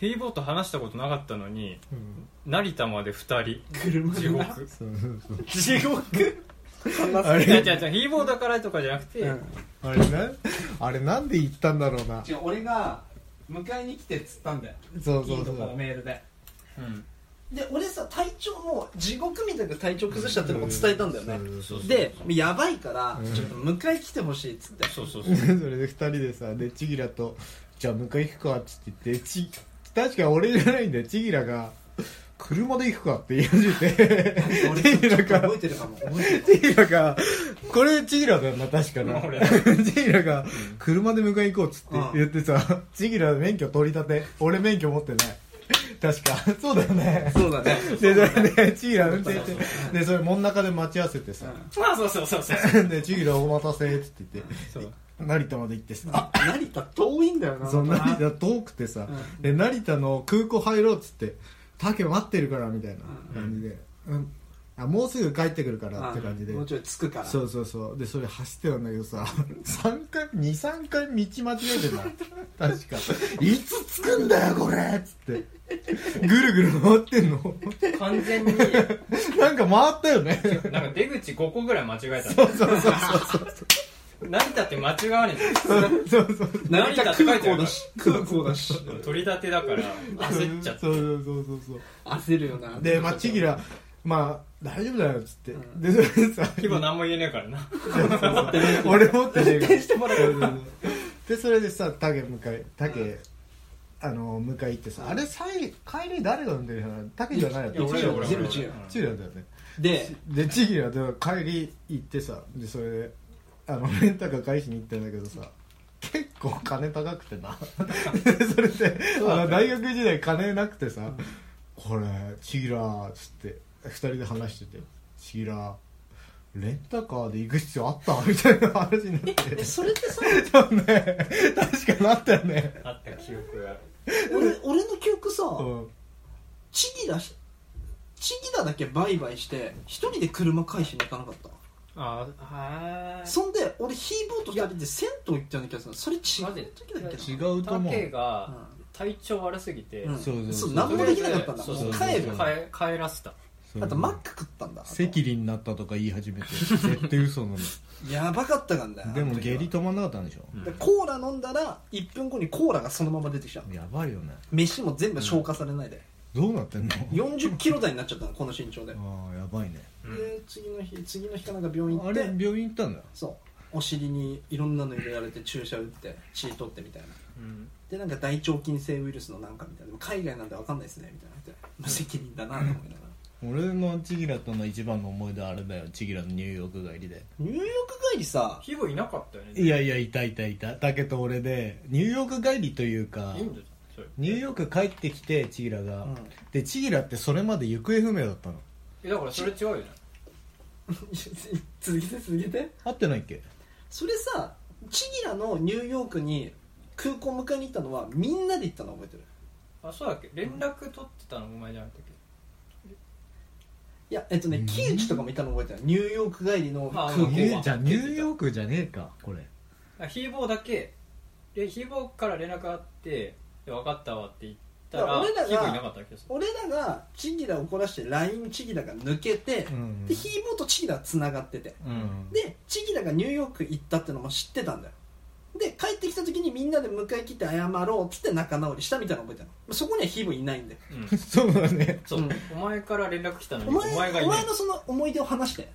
Speaker 5: フィーボーと話したことなかったのに
Speaker 1: うん
Speaker 5: 成田まで2人
Speaker 2: 車
Speaker 5: 地
Speaker 2: でな
Speaker 5: 獄
Speaker 1: そうそうそう
Speaker 5: 地獄
Speaker 1: あれ
Speaker 5: いや違う違うフィーボーだからとかじゃなくて、
Speaker 2: うん
Speaker 1: あれなあれなんで行ったんだろうな
Speaker 2: 違う俺が迎えに来てっつったんだよ
Speaker 1: そうそうそ
Speaker 2: インドから
Speaker 1: う
Speaker 2: メールで
Speaker 5: うん
Speaker 2: で俺さ体調も地獄みたいな体調崩したってのも伝えたんだよね
Speaker 1: そうそうそう
Speaker 2: でやばいから
Speaker 1: うん
Speaker 2: ちょっと迎え来てほしいっつって
Speaker 5: そう そうそ う
Speaker 1: それで2人でさでちぎらと「じゃあ迎え行くか」っつって言ってち確か俺じゃないんだよちぎらが「車で行くか」って言い始めて
Speaker 2: 俺ちょっと
Speaker 1: なんか
Speaker 2: 覚えてるかも覚えてる
Speaker 1: ちぎらがこれちぎらだよな確かな
Speaker 5: 俺
Speaker 1: ちぎらが「車で迎え行こう」っつって
Speaker 2: うん
Speaker 1: 言ってさちぎら免許取り立て俺免許持ってない確かそうだよね
Speaker 2: そうだね
Speaker 1: でそれでちぎら運転してでそれ真ん中で待ち合わせてさ
Speaker 5: あそうそうそうそう
Speaker 1: でちぎらお待たせっつって言って
Speaker 5: そう
Speaker 1: 成田まで行ってさ
Speaker 2: 成田遠いんだよな
Speaker 1: そう成田遠くてさ、で成田の空港入ろうっつって「竹待ってるから」みたいな感じで、うんあ「もうすぐ帰ってくるから」って感じで、
Speaker 2: もうちょい着くから
Speaker 1: そうそうそうでそれ走ってたんだけどさ3回23回道間違えて た確か「いつ着くんだよこれ」っつってぐるぐる回ってんの
Speaker 5: 完全に
Speaker 1: なんか回ったよ ね
Speaker 5: なんか出口5個ぐらい間違えたの
Speaker 1: そうそうそう
Speaker 5: 成田って間違わねえじ
Speaker 1: そうそうそう
Speaker 2: 成田空港だし空港だし
Speaker 5: ゃん取り立てだから焦っちゃって
Speaker 1: そうそうそうそうそう
Speaker 2: 焦るよな
Speaker 1: で、まあ、ちぎら、まあ、大丈夫だよ、つって。で、それでさ、
Speaker 5: 規模何も言えねえからな
Speaker 1: 俺持ってねえから
Speaker 2: してもらえる
Speaker 1: で、それでさ、タケ迎え、タケあの迎え行ってさあれさい帰り誰が産んでるのタケじゃないよ
Speaker 2: いや俺
Speaker 1: だ
Speaker 2: よ俺
Speaker 1: ゼ
Speaker 2: ゼ
Speaker 1: ロ
Speaker 2: ロ
Speaker 1: チ
Speaker 2: 一
Speaker 1: ー
Speaker 2: よ
Speaker 1: なんだよね
Speaker 2: で
Speaker 1: でチギラと帰り行ってさでそれであのレンタカー返しに行ったんだけどさ結構金高くてなでそれであの大学時代金なくてさ「これチギラ」っつって二人で話してて「チギラレンタカーで行く必要あった?」みたいな話 になって
Speaker 2: えそれってさ
Speaker 1: 多分ね確かなったよね
Speaker 4: あった記憶がある
Speaker 2: 俺俺の記憶さ、
Speaker 1: うん
Speaker 2: チギラしチギラだけ売買して一人で車返しに行かなかった
Speaker 5: ああ
Speaker 2: そんで俺ヒーボーと二人で銭湯行ったような気がするそれ違う時だっけ
Speaker 1: 違うと思
Speaker 4: 竹
Speaker 1: う
Speaker 2: な
Speaker 4: が体調悪すぎて、
Speaker 2: うん
Speaker 1: そうそうそう
Speaker 2: そう何もできなかったんだ
Speaker 4: そうそう
Speaker 1: そう
Speaker 2: 帰る
Speaker 1: そう
Speaker 4: 帰帰らせた
Speaker 2: あとマック食ったんだ
Speaker 1: 赤痢になったとか言い始めて絶対嘘なんだ
Speaker 2: やばかったからね
Speaker 1: でも
Speaker 2: あの時は
Speaker 1: 下痢止まんなかったんでしょ
Speaker 2: でコーラ飲んだら1分後にコーラがそのまま出てきた
Speaker 1: やばいよね
Speaker 2: 飯も全部消化されないで、
Speaker 1: どうなってんの
Speaker 2: 4 0キロ台になっちゃったのこの身長で、
Speaker 1: ああやばいね
Speaker 5: うん
Speaker 2: で次の日次の日かなんか病院行
Speaker 1: あ
Speaker 2: っ
Speaker 1: れ
Speaker 2: て
Speaker 1: 病院行ったんだ
Speaker 2: そうお尻にいろんなの入れられて注射打って血取ってみたいな
Speaker 5: うん
Speaker 2: でなんか大腸菌性ウイルスのなんかみたいなでも海外なんでわかんないですねみたいな言って無責任だなと思いながら
Speaker 1: 俺のチギラとの一番の思い出はあれだよチギラのニューヨーク帰りで
Speaker 2: ニューヨーク帰りさ
Speaker 5: ヒーボーいなかったよね
Speaker 1: いやいやいたいたいただけど俺でニューヨーク帰りというか
Speaker 5: インドじゃんそれ
Speaker 1: ニューヨーク帰ってきてチギラが、
Speaker 2: うん
Speaker 1: でチギラってそれまで行方不明だったの
Speaker 5: えだからそれ違うよね
Speaker 2: 続けて続けて
Speaker 1: 会ってないっけ
Speaker 2: それさチギラのニューヨークに空港迎えに行ったのはみんなで行ったの覚えてる
Speaker 5: あそうだっけ連絡取ってたのお前じゃなくて
Speaker 2: いやえっとね木内とかもいたの覚えてるニューヨーク帰りの空
Speaker 5: あニュ
Speaker 2: 港
Speaker 5: ー
Speaker 2: は
Speaker 5: じゃあニューヨ
Speaker 1: ークじゃねえかこれ
Speaker 5: あヒーボーだけでヒーボーから連絡あってで分かったわって言った
Speaker 2: だから
Speaker 5: ら
Speaker 2: 俺らが
Speaker 5: ヒーボーいなかったわけでする
Speaker 2: 俺らがチギラ怒らして LINE チギラが抜けて、
Speaker 1: うん
Speaker 2: でヒーボーとチギラつながってて
Speaker 1: うん
Speaker 2: でチギラがニューヨーク行ったってのも知ってたんだよで帰ってきた時にみんなで迎え来て謝ろうっつって仲直りしたみたいなの覚えてるのそこにはヒーボーいないんで
Speaker 5: う ん
Speaker 1: そうだね
Speaker 5: そう、
Speaker 2: うん
Speaker 5: お前から連絡来たのに
Speaker 2: お
Speaker 5: お前
Speaker 2: 前
Speaker 5: がい
Speaker 2: お
Speaker 5: ない
Speaker 2: 前のその思い出を話して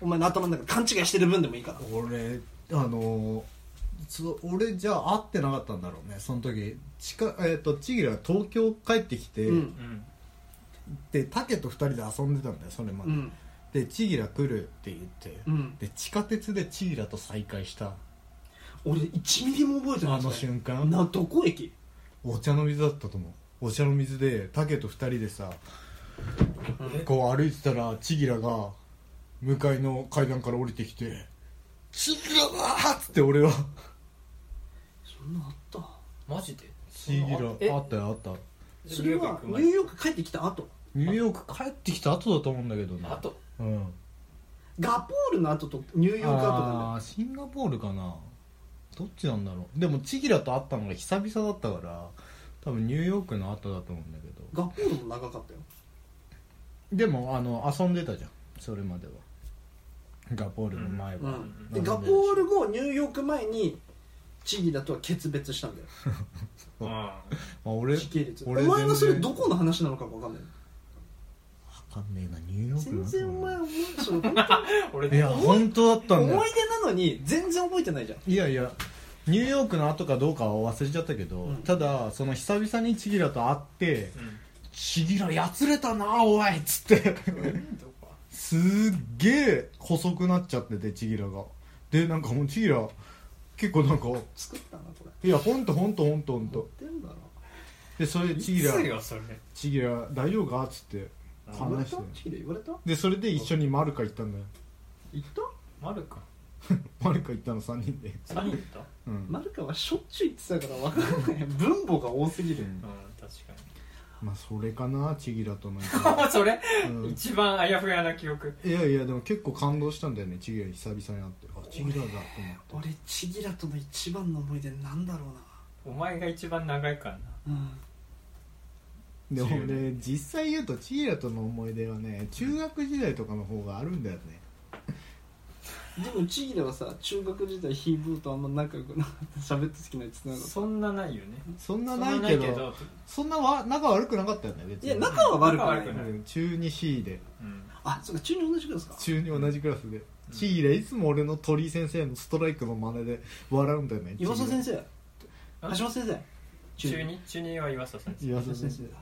Speaker 2: お前の頭の中で勘違いしてる分でもいいから
Speaker 1: 俺あのそ俺じゃあ会ってなかったんだろうねその時ちか、えー、とちぎらが東京帰ってきて、
Speaker 2: うん
Speaker 5: うん
Speaker 1: でタケと二人で遊んでたんだよそれま
Speaker 2: う
Speaker 1: で、
Speaker 2: ん
Speaker 1: でちぎら来るって言って、
Speaker 2: うん
Speaker 1: で地下鉄でちぎらと再会した
Speaker 2: 俺1ミリも覚えてない
Speaker 1: あの瞬間
Speaker 2: などこ駅
Speaker 1: お茶の水だったと思うお茶の水でタケと二人でさこう歩いてたらちぎらが向かいの階段から降りてきて「ちぎらだ!」っつって俺は
Speaker 2: そんなあった
Speaker 5: マジで
Speaker 1: ちぎ
Speaker 5: え
Speaker 1: らあったよあった
Speaker 2: それはニューヨーク帰ってきた後
Speaker 1: ニューヨーク帰ってきた後だと思うんだけどね
Speaker 5: あと
Speaker 1: うん
Speaker 2: ガポールの後とニューヨーク後なんだよ
Speaker 1: あーシンガポールかなどっちなんだろうでもチギラと会ったのが久々だったから多分ニューヨークの後だと思うんだけど
Speaker 2: ガポールも長かったよ
Speaker 1: でもあの遊んでたじゃんそれまではガポールの前は、
Speaker 2: うん
Speaker 1: う
Speaker 2: で
Speaker 1: ん
Speaker 2: ガポール後ニューヨーク前にチギラとは決別したんだよ
Speaker 5: うん
Speaker 1: まあ、俺
Speaker 2: 時系列お
Speaker 1: 俺
Speaker 2: 前のそれ
Speaker 1: 全
Speaker 2: ど
Speaker 1: 然
Speaker 2: この話なのかもわかんない
Speaker 1: わかんねえなニューヨーク
Speaker 2: 全
Speaker 1: の
Speaker 2: 然お前
Speaker 1: 後
Speaker 2: 覚えそう本当
Speaker 5: 俺
Speaker 1: いや本当だったん
Speaker 2: に
Speaker 1: だよ
Speaker 2: 思い出なのに全然覚えてないじゃん
Speaker 1: いやいやニューヨークの後かどうかは忘れちゃったけど、
Speaker 2: うん
Speaker 1: ただその久々にチギラと会って
Speaker 5: うん
Speaker 1: 「チギラやつれたなおい」っつって
Speaker 5: どこ
Speaker 1: すっげえ細くなっちゃっててちぎらがでなんかもうちぎら結構なんか
Speaker 2: 作ったなこれ
Speaker 1: いやほんとほんとほんとほん
Speaker 2: 持っ
Speaker 1: と
Speaker 2: てんだろ
Speaker 1: でそれでちぎら
Speaker 5: いつよそれ
Speaker 1: ちぎら大丈夫かっつって
Speaker 2: 言われ
Speaker 1: 話して
Speaker 2: たチギラ言われた
Speaker 1: でそれで一緒にマルカ行ったんだよ
Speaker 2: 言った
Speaker 5: マルカ
Speaker 1: マルカ行ったの3人で
Speaker 5: 3人いた
Speaker 1: うん、
Speaker 2: マルカはしょっちゅう言ってたから分からない 分母が多すぎ
Speaker 1: う
Speaker 2: る
Speaker 1: ん
Speaker 5: うん確か
Speaker 1: まあそれかなちぎらとの、
Speaker 5: にそれ
Speaker 1: うん、
Speaker 5: 一番あやふやな記憶
Speaker 1: いやいやでも結構感動したんだよねちぎら久々に会ってあちぎらだと思って
Speaker 2: 俺チギラとの一番の思い出なんだろう
Speaker 5: お前が一番長いからな
Speaker 2: なうん
Speaker 1: でもね実際言うとちぎらとの思い出はね中学時代とかの方があるんだよね
Speaker 2: でもチギラはさ中学時代ヒーブーとあんま仲良くなかった喋って好きなやつなかっ
Speaker 5: そんなないよね
Speaker 1: そん
Speaker 5: そ
Speaker 1: なんないけどそんなわ仲悪くなかったよね別
Speaker 2: た
Speaker 1: に
Speaker 2: いや仲は悪く
Speaker 5: 仲
Speaker 2: な
Speaker 5: 悪く
Speaker 2: い
Speaker 5: ない
Speaker 1: うん中 2C で
Speaker 5: うん
Speaker 2: あそうか中に同じクラスか
Speaker 1: 中に同じクラスでちぎらいつも俺の鳥居先生のストライクの真似で笑うんだよね
Speaker 2: 岩佐先
Speaker 1: 生
Speaker 2: 生橋本先生
Speaker 5: 中二中二は岩佐先生
Speaker 1: 岩
Speaker 2: そう
Speaker 1: 佐
Speaker 2: そう
Speaker 1: 先
Speaker 2: そ
Speaker 1: 生
Speaker 2: う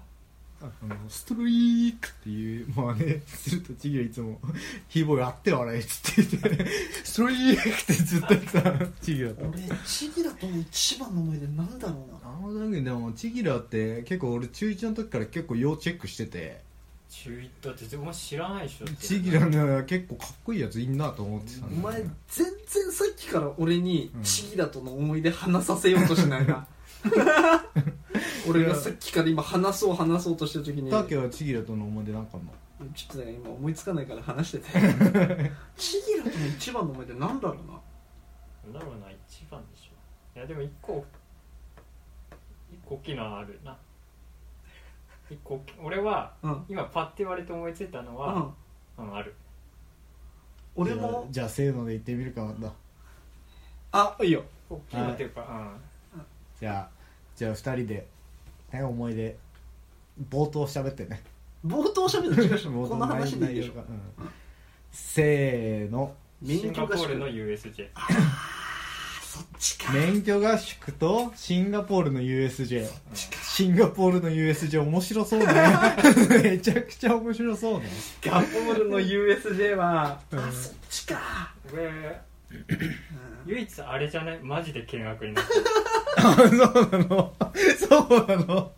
Speaker 1: あのストリークっていうまあねするとちぎはいつも「ヒーボーやって笑え」っつって言って「ストリーク」ってずっと言ってたちぎだった
Speaker 2: 俺チギだとの一番の思い出なんだろうな
Speaker 1: あのだけどでもちぎらって結構俺中1の時から結構要チェックしてて
Speaker 5: 中一だってお前知らないでしょ
Speaker 1: ちぎらね結構かっこいいやついんなと思ってた
Speaker 2: お
Speaker 1: んだ
Speaker 2: 前
Speaker 1: よね
Speaker 2: 全然さっきから俺に
Speaker 1: うん
Speaker 2: チギだとの思い出話させようとしない な俺がさっきから今話そう話そうとした時に
Speaker 1: たけはちぎらとの思い出なんかも
Speaker 2: ちょっとね今思いつかないから話 しててチギラとの一番の思い出なんだろうな
Speaker 5: なんだろうな一番でしょいやでも一個一個大きいのはあるな一個大きい俺は
Speaker 2: うん
Speaker 5: 今パッて言われて思いついたの
Speaker 2: う
Speaker 5: は、
Speaker 2: ん
Speaker 5: うん、ある
Speaker 2: 俺も
Speaker 1: じゃあじゃあせーので言ってみるかまた
Speaker 2: あいいよ
Speaker 5: 大きいのっていうか、
Speaker 1: じゃあじゃあ2人で、ね、思い出冒頭喋ってね
Speaker 2: 冒頭喋るの違うでしょ
Speaker 1: 冒頭
Speaker 2: こん
Speaker 1: の
Speaker 2: な話でいいで
Speaker 1: 内
Speaker 2: しょ
Speaker 1: 容がうんせーの
Speaker 5: うん、シ
Speaker 2: 免
Speaker 5: ンガ
Speaker 2: 許
Speaker 5: ポ
Speaker 2: が
Speaker 5: ール
Speaker 2: る
Speaker 5: の USJ
Speaker 2: そっちか
Speaker 1: 免許合宿とシンガポールの USJ シンガポールの USJ 面白そうね めちゃくちゃ面白そうね
Speaker 2: ガポールの USJ は、
Speaker 1: うん
Speaker 2: あそっちか、
Speaker 5: 俺
Speaker 2: うん
Speaker 5: 唯一あれじゃないマジで見学になっ
Speaker 1: あそうなのそうなの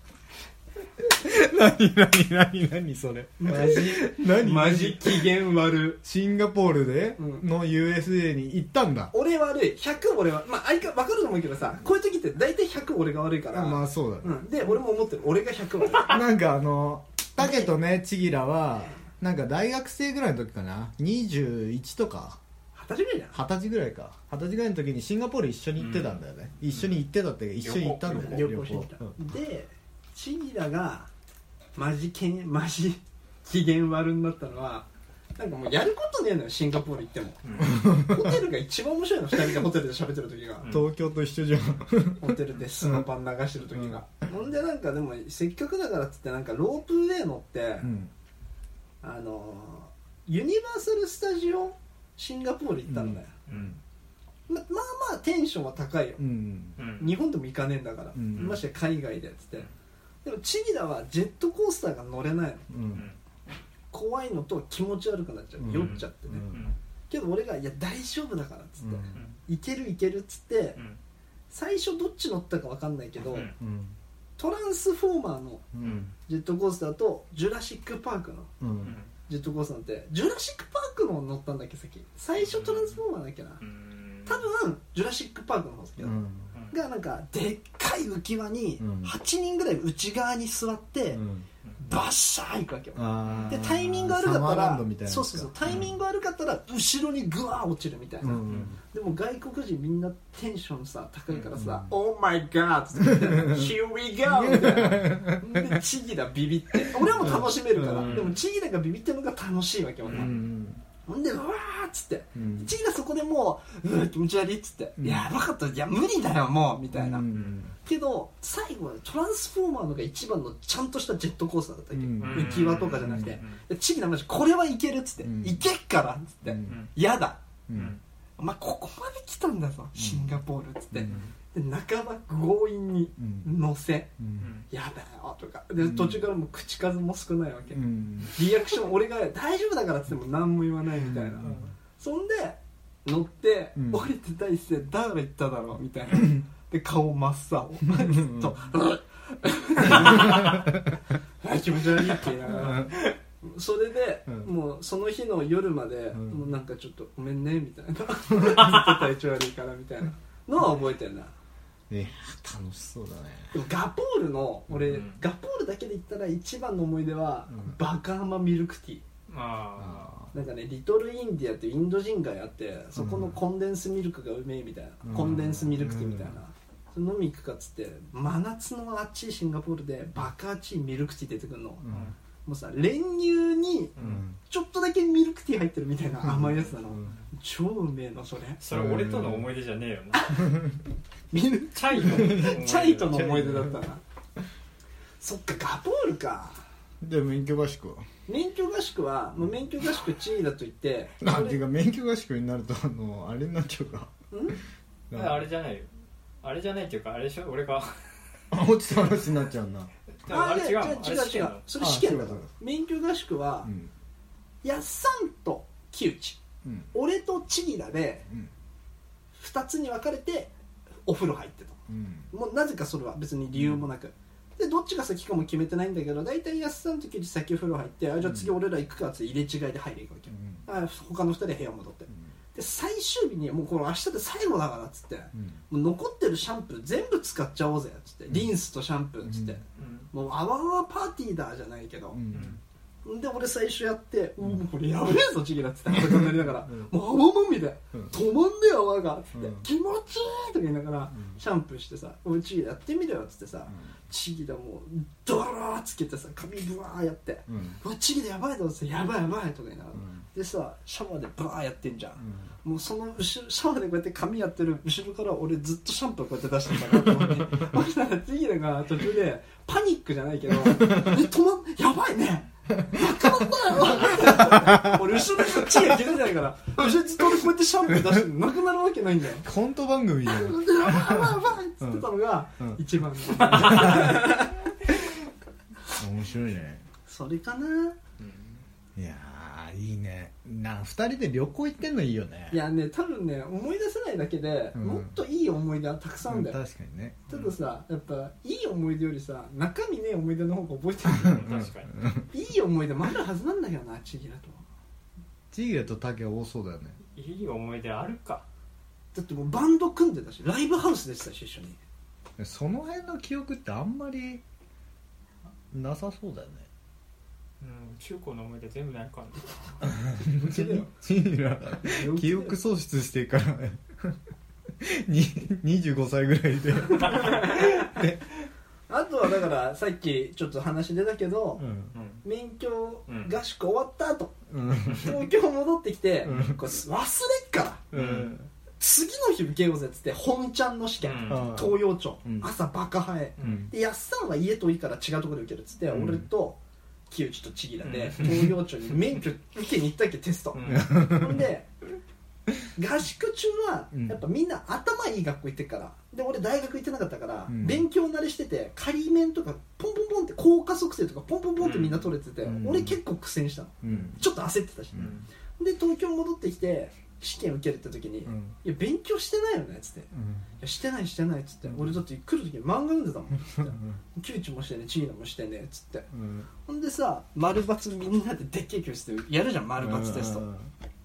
Speaker 1: 何何何何それ
Speaker 2: マジ
Speaker 1: 何
Speaker 2: マジ機嫌悪
Speaker 1: シンガポールで
Speaker 2: うん
Speaker 1: の USJ に行ったんだ、
Speaker 2: 俺悪い100俺はまあ相変わ分かるのもいいけどさこういう時って大体100俺が悪いから、
Speaker 1: あまあそうだね、
Speaker 2: うん、で俺も思ってる俺が100悪い
Speaker 1: なんかあのタケとねちぎらはなんか大学生ぐらいの時かな21とか
Speaker 2: 二十歳目じゃん
Speaker 1: 二十歳ぐらいか二十歳ぐらいの時にシンガポール一緒に行ってたんだよね、一緒に行ってたって一緒に行ったん だよね
Speaker 2: 旅行してきた、でチギラがマジけんマジ機嫌悪になったのはなんかもうやることねえのよシンガポール行っても、ホテルが一番面白いの2人がホテルで喋ってる時が、
Speaker 5: うん
Speaker 1: 東京と一緒じゃん
Speaker 2: ホテルでスノパン流してる時が、ほんでなんかでもせっかくだからっつってなんかロープウェイ乗って、
Speaker 1: うん
Speaker 2: あのーユニバーサル・スタジオシンガポール行ったんだよ、
Speaker 5: うん
Speaker 2: ままあまあテンションは高いよ
Speaker 1: う、ん
Speaker 5: うん
Speaker 2: 日本でも行かねえんだから、
Speaker 1: うん
Speaker 2: ましてや海外でっつってでもチギラはジェットコースターが乗れないの
Speaker 1: う
Speaker 5: うんん
Speaker 2: 怖いのと気持ち悪くなっちゃう、
Speaker 1: うん
Speaker 2: 酔っちゃってね、
Speaker 1: うん
Speaker 2: けど俺が「いや大丈夫だから」っつって「
Speaker 1: うん
Speaker 2: いけるいける」っつって
Speaker 5: うん
Speaker 2: 最初どっち乗ったか分かんないけど、
Speaker 5: うん
Speaker 1: うん
Speaker 2: トランスフォーマーの
Speaker 1: う
Speaker 5: うんん
Speaker 2: ジェットコースターとジュラシック・パークの
Speaker 1: う
Speaker 5: うんん
Speaker 2: ジェットコースターってジュラシック・パークの乗ったんだっけ先最初トランスフォーマーだっけな
Speaker 5: うん
Speaker 2: 多分ジュラシック・パークの方ですけ
Speaker 1: う
Speaker 2: ど、
Speaker 1: ん
Speaker 2: がなんかでっかい浮き輪に
Speaker 1: うん
Speaker 2: 8人ぐらい内側に座って、
Speaker 1: うん
Speaker 2: バッシャー行くわけよ
Speaker 1: あ
Speaker 2: で
Speaker 1: ー
Speaker 2: タイミング悪か
Speaker 1: サマ
Speaker 2: った
Speaker 1: ーラ
Speaker 2: ら
Speaker 1: ンドみたいな
Speaker 2: そうそうそうタイミング悪かったら後ろにグワー落ちるみたいな、
Speaker 1: うん
Speaker 2: でも外国人みんなテンションさ高いからさ「
Speaker 1: う
Speaker 2: Oh my god」って言って Here we go」みた いなでチギラビビって俺も楽しめるから、
Speaker 1: うん
Speaker 2: でもチギラがビビってるのが楽しいわけ
Speaker 1: う
Speaker 2: よ、俺は
Speaker 1: ん
Speaker 2: ほんでうわーっつって
Speaker 1: うん
Speaker 2: チギラそこでもう「うー気持ち悪い」っつって「
Speaker 1: うん
Speaker 2: やばかったいや無理だよもう」みたいな、
Speaker 1: うん
Speaker 2: けど最後はトランスフォーマーのが一番のちゃんとしたジェットコースターだったわけ、
Speaker 1: うん
Speaker 2: 浮き輪とかじゃなくて
Speaker 5: う
Speaker 2: で
Speaker 5: ん
Speaker 2: チギラマジこれはいけるっつって「
Speaker 1: うん
Speaker 2: いけっから」っつって
Speaker 1: う
Speaker 2: 「
Speaker 1: ん
Speaker 2: やだ」
Speaker 1: う
Speaker 5: うん
Speaker 1: ん
Speaker 2: お前ここまで来たんだぞシンガポールっつって、
Speaker 1: うん
Speaker 2: で半ば強引に
Speaker 1: うん
Speaker 2: 乗せ
Speaker 1: う
Speaker 5: うんん
Speaker 2: 「やだよ」とかで
Speaker 1: うん
Speaker 2: 途中からもう口数も少ないわけ、
Speaker 1: うん
Speaker 2: リアクション俺が「大丈夫だから」っつっても何も言わないみたいな、
Speaker 1: うん
Speaker 2: そんで乗って、
Speaker 1: うん
Speaker 2: 降りて第一声「誰が言っただろう」みたいなで顔真っ青ずっ と「うっあ気持ち悪い」って言いながら。それで、
Speaker 1: うん
Speaker 2: もうその日の夜まで、
Speaker 1: ん
Speaker 2: もうなんかちょっとごめんねみたい なずっと体調悪いからみたいなのは覚えてるな
Speaker 1: ね楽しそうだね
Speaker 2: でもガポールの俺、
Speaker 5: うん
Speaker 2: ガポールだけで言ったら一番の思い出は、
Speaker 1: うん
Speaker 2: バカハマミルクティー
Speaker 5: あ
Speaker 1: あ
Speaker 2: なんかねリトルインディアっていうインド人街あってそこのコンデンスミルクがうめえみたいな、
Speaker 1: うん
Speaker 2: コンデンスミルクティーみたいな、それ飲み行くかっつって真夏の暑いシンガポールでバカ暑いミルクティー出てくるの、
Speaker 1: う
Speaker 2: も
Speaker 1: ん
Speaker 2: うさ練乳に
Speaker 1: うん
Speaker 2: ちょっとだけミルクティー入ってるみたいな甘いやつなの、
Speaker 1: うん
Speaker 2: 超うめえのそれ
Speaker 5: それ俺との思い出じゃねえよな
Speaker 2: ミル
Speaker 5: チャイの思い出 だ
Speaker 2: チャイとの思い出だったなそっかガポールか
Speaker 1: で免許合宿は
Speaker 2: 免許合宿はもう免許合宿チーだと言って
Speaker 1: な
Speaker 2: そ
Speaker 1: んて
Speaker 2: れ
Speaker 1: いうか免許合宿になるとあのあれになっちゃうか
Speaker 2: ん
Speaker 5: あれじゃないよあれじゃないっていうかあれでしょ俺が
Speaker 3: 落ちた話になっちゃうな、
Speaker 5: あれ違うの
Speaker 2: あ
Speaker 5: あ
Speaker 2: 違
Speaker 5: れ
Speaker 2: う
Speaker 5: 試
Speaker 2: 違
Speaker 5: 験
Speaker 2: う
Speaker 5: なの
Speaker 2: それ試験だ
Speaker 3: あ
Speaker 2: か
Speaker 3: そう
Speaker 2: ら
Speaker 3: かそ
Speaker 2: 免許合宿は
Speaker 3: うん
Speaker 2: やっさんと木内
Speaker 3: うん
Speaker 2: 俺と千木田で
Speaker 3: うん
Speaker 2: 2つに分かれてお風呂入ってた
Speaker 3: うん
Speaker 2: もうなぜかそれは別に理由もなく、でどっちが先かも決めてないんだけど大体安さんと木内先風呂入ってあじゃあ次俺ら行くかっつって入れ違いで入り行くわけ
Speaker 3: う
Speaker 2: よ、
Speaker 3: ん
Speaker 2: あ他の2人部屋戻ってで最終日にもうこの明日で最後だからっつって
Speaker 3: うん
Speaker 2: もう残ってるシャンプー全部使っちゃおうぜっつってリンスとシャンプーっつって、
Speaker 5: うん
Speaker 2: もうあわあわパーティーだじゃないけど
Speaker 3: う、ん
Speaker 2: で俺最初やって「うんもうこれやべえぞチギラ」っつって裸になりながら
Speaker 3: うん
Speaker 2: 「もう泡もみで
Speaker 3: うん
Speaker 2: 止まんねえ泡が」っつって
Speaker 3: うん
Speaker 2: 「気持ちいい!」とか言いながら
Speaker 3: うん
Speaker 2: シャンプーしてさ「おいチギラやってみろよ」っつってさチギラもうドローつけてさ髪ブワーやって
Speaker 3: うんうん
Speaker 2: 「うわチギラやばいだ」っつって「やばいやばい」とか言いながら
Speaker 3: うん
Speaker 2: でさシャワーでブワーやってんじゃん
Speaker 3: うん
Speaker 2: もうその後ろシャワーでこうやって髪やってる後ろから俺ずっとシャンプーこうやって出してたからと思ってそしたらティギラが途中でパニックじゃないけど「え止まんやばいねなくなったよ」俺後ろでこっちが気づいてないから後ろにずっと俺こうやってシャンプー出してるのなくなるわけないんだよ
Speaker 3: コント番組じゃん
Speaker 2: 「やばいやばい」っつってたのが
Speaker 3: うん
Speaker 2: 一番
Speaker 3: 面白いね
Speaker 2: それかない
Speaker 3: やーいいねな二人で旅行行ってんのいいよね
Speaker 2: いやね多分ね思い出せないだけで
Speaker 3: うん
Speaker 2: もっといい思い出はたくさんあ
Speaker 3: う
Speaker 2: るん
Speaker 3: ん
Speaker 2: だよ
Speaker 3: 確かにね
Speaker 2: たださやっぱいい思い出よりさ中身ねえ思い出の方が覚えて
Speaker 5: 確かに
Speaker 2: るいい思い出もあるはずなんだけどなちぎらと
Speaker 3: チーラとタケ多そうだよね
Speaker 5: いい思い出あるか
Speaker 2: だってもうバンド組んでたしライブハウスでしたし一緒に
Speaker 3: その辺の記憶ってあんまりなさそうだよね
Speaker 5: うん中高の思い出全部ないからね
Speaker 2: ちぎら
Speaker 3: チーラ記憶喪失してからに25歳ぐらいで、
Speaker 2: あとはだからさっきちょっと話出たけど、
Speaker 3: うん
Speaker 5: うん
Speaker 2: 免許合宿終わった後、
Speaker 3: うん
Speaker 2: 東京戻ってきて、
Speaker 3: うん
Speaker 2: これ忘れっから
Speaker 3: うん
Speaker 2: 次の日受けようぜっつって本ちゃんの試験、
Speaker 5: うん
Speaker 2: 東洋町、
Speaker 3: うん
Speaker 2: 朝バカ早い
Speaker 3: うん
Speaker 2: でやっさんは家遠いから違うところで受けるっつって、
Speaker 3: うん
Speaker 2: 俺と木内と千ギラで東洋町に免許受けに行ったっけテスト、
Speaker 5: うん
Speaker 2: ほんで合宿中は
Speaker 3: うん
Speaker 2: やっぱみんな頭いい学校行ってるからで俺大学行ってなかったから、
Speaker 3: うん
Speaker 2: 勉強慣れしてて仮面とかポンポンポンって効果測定とかポンポンポンってみんな取れてて、
Speaker 3: うん
Speaker 2: 俺結構苦戦したの
Speaker 3: うん
Speaker 2: ちょっと焦ってたし、
Speaker 3: うん
Speaker 2: で東京戻ってきて試験受けるって時に「
Speaker 3: うん
Speaker 2: いや勉強してないよね」っつって「いやしてないしてない」っつって、
Speaker 3: うん
Speaker 2: 俺だって来る時に漫画読んでたもんっつって
Speaker 3: うん
Speaker 2: 「キュウチもしてねチーナもしてね」っつって
Speaker 3: うん
Speaker 2: ほんでさ丸×みんなででっけえ教室でやるじゃん丸×テス
Speaker 3: う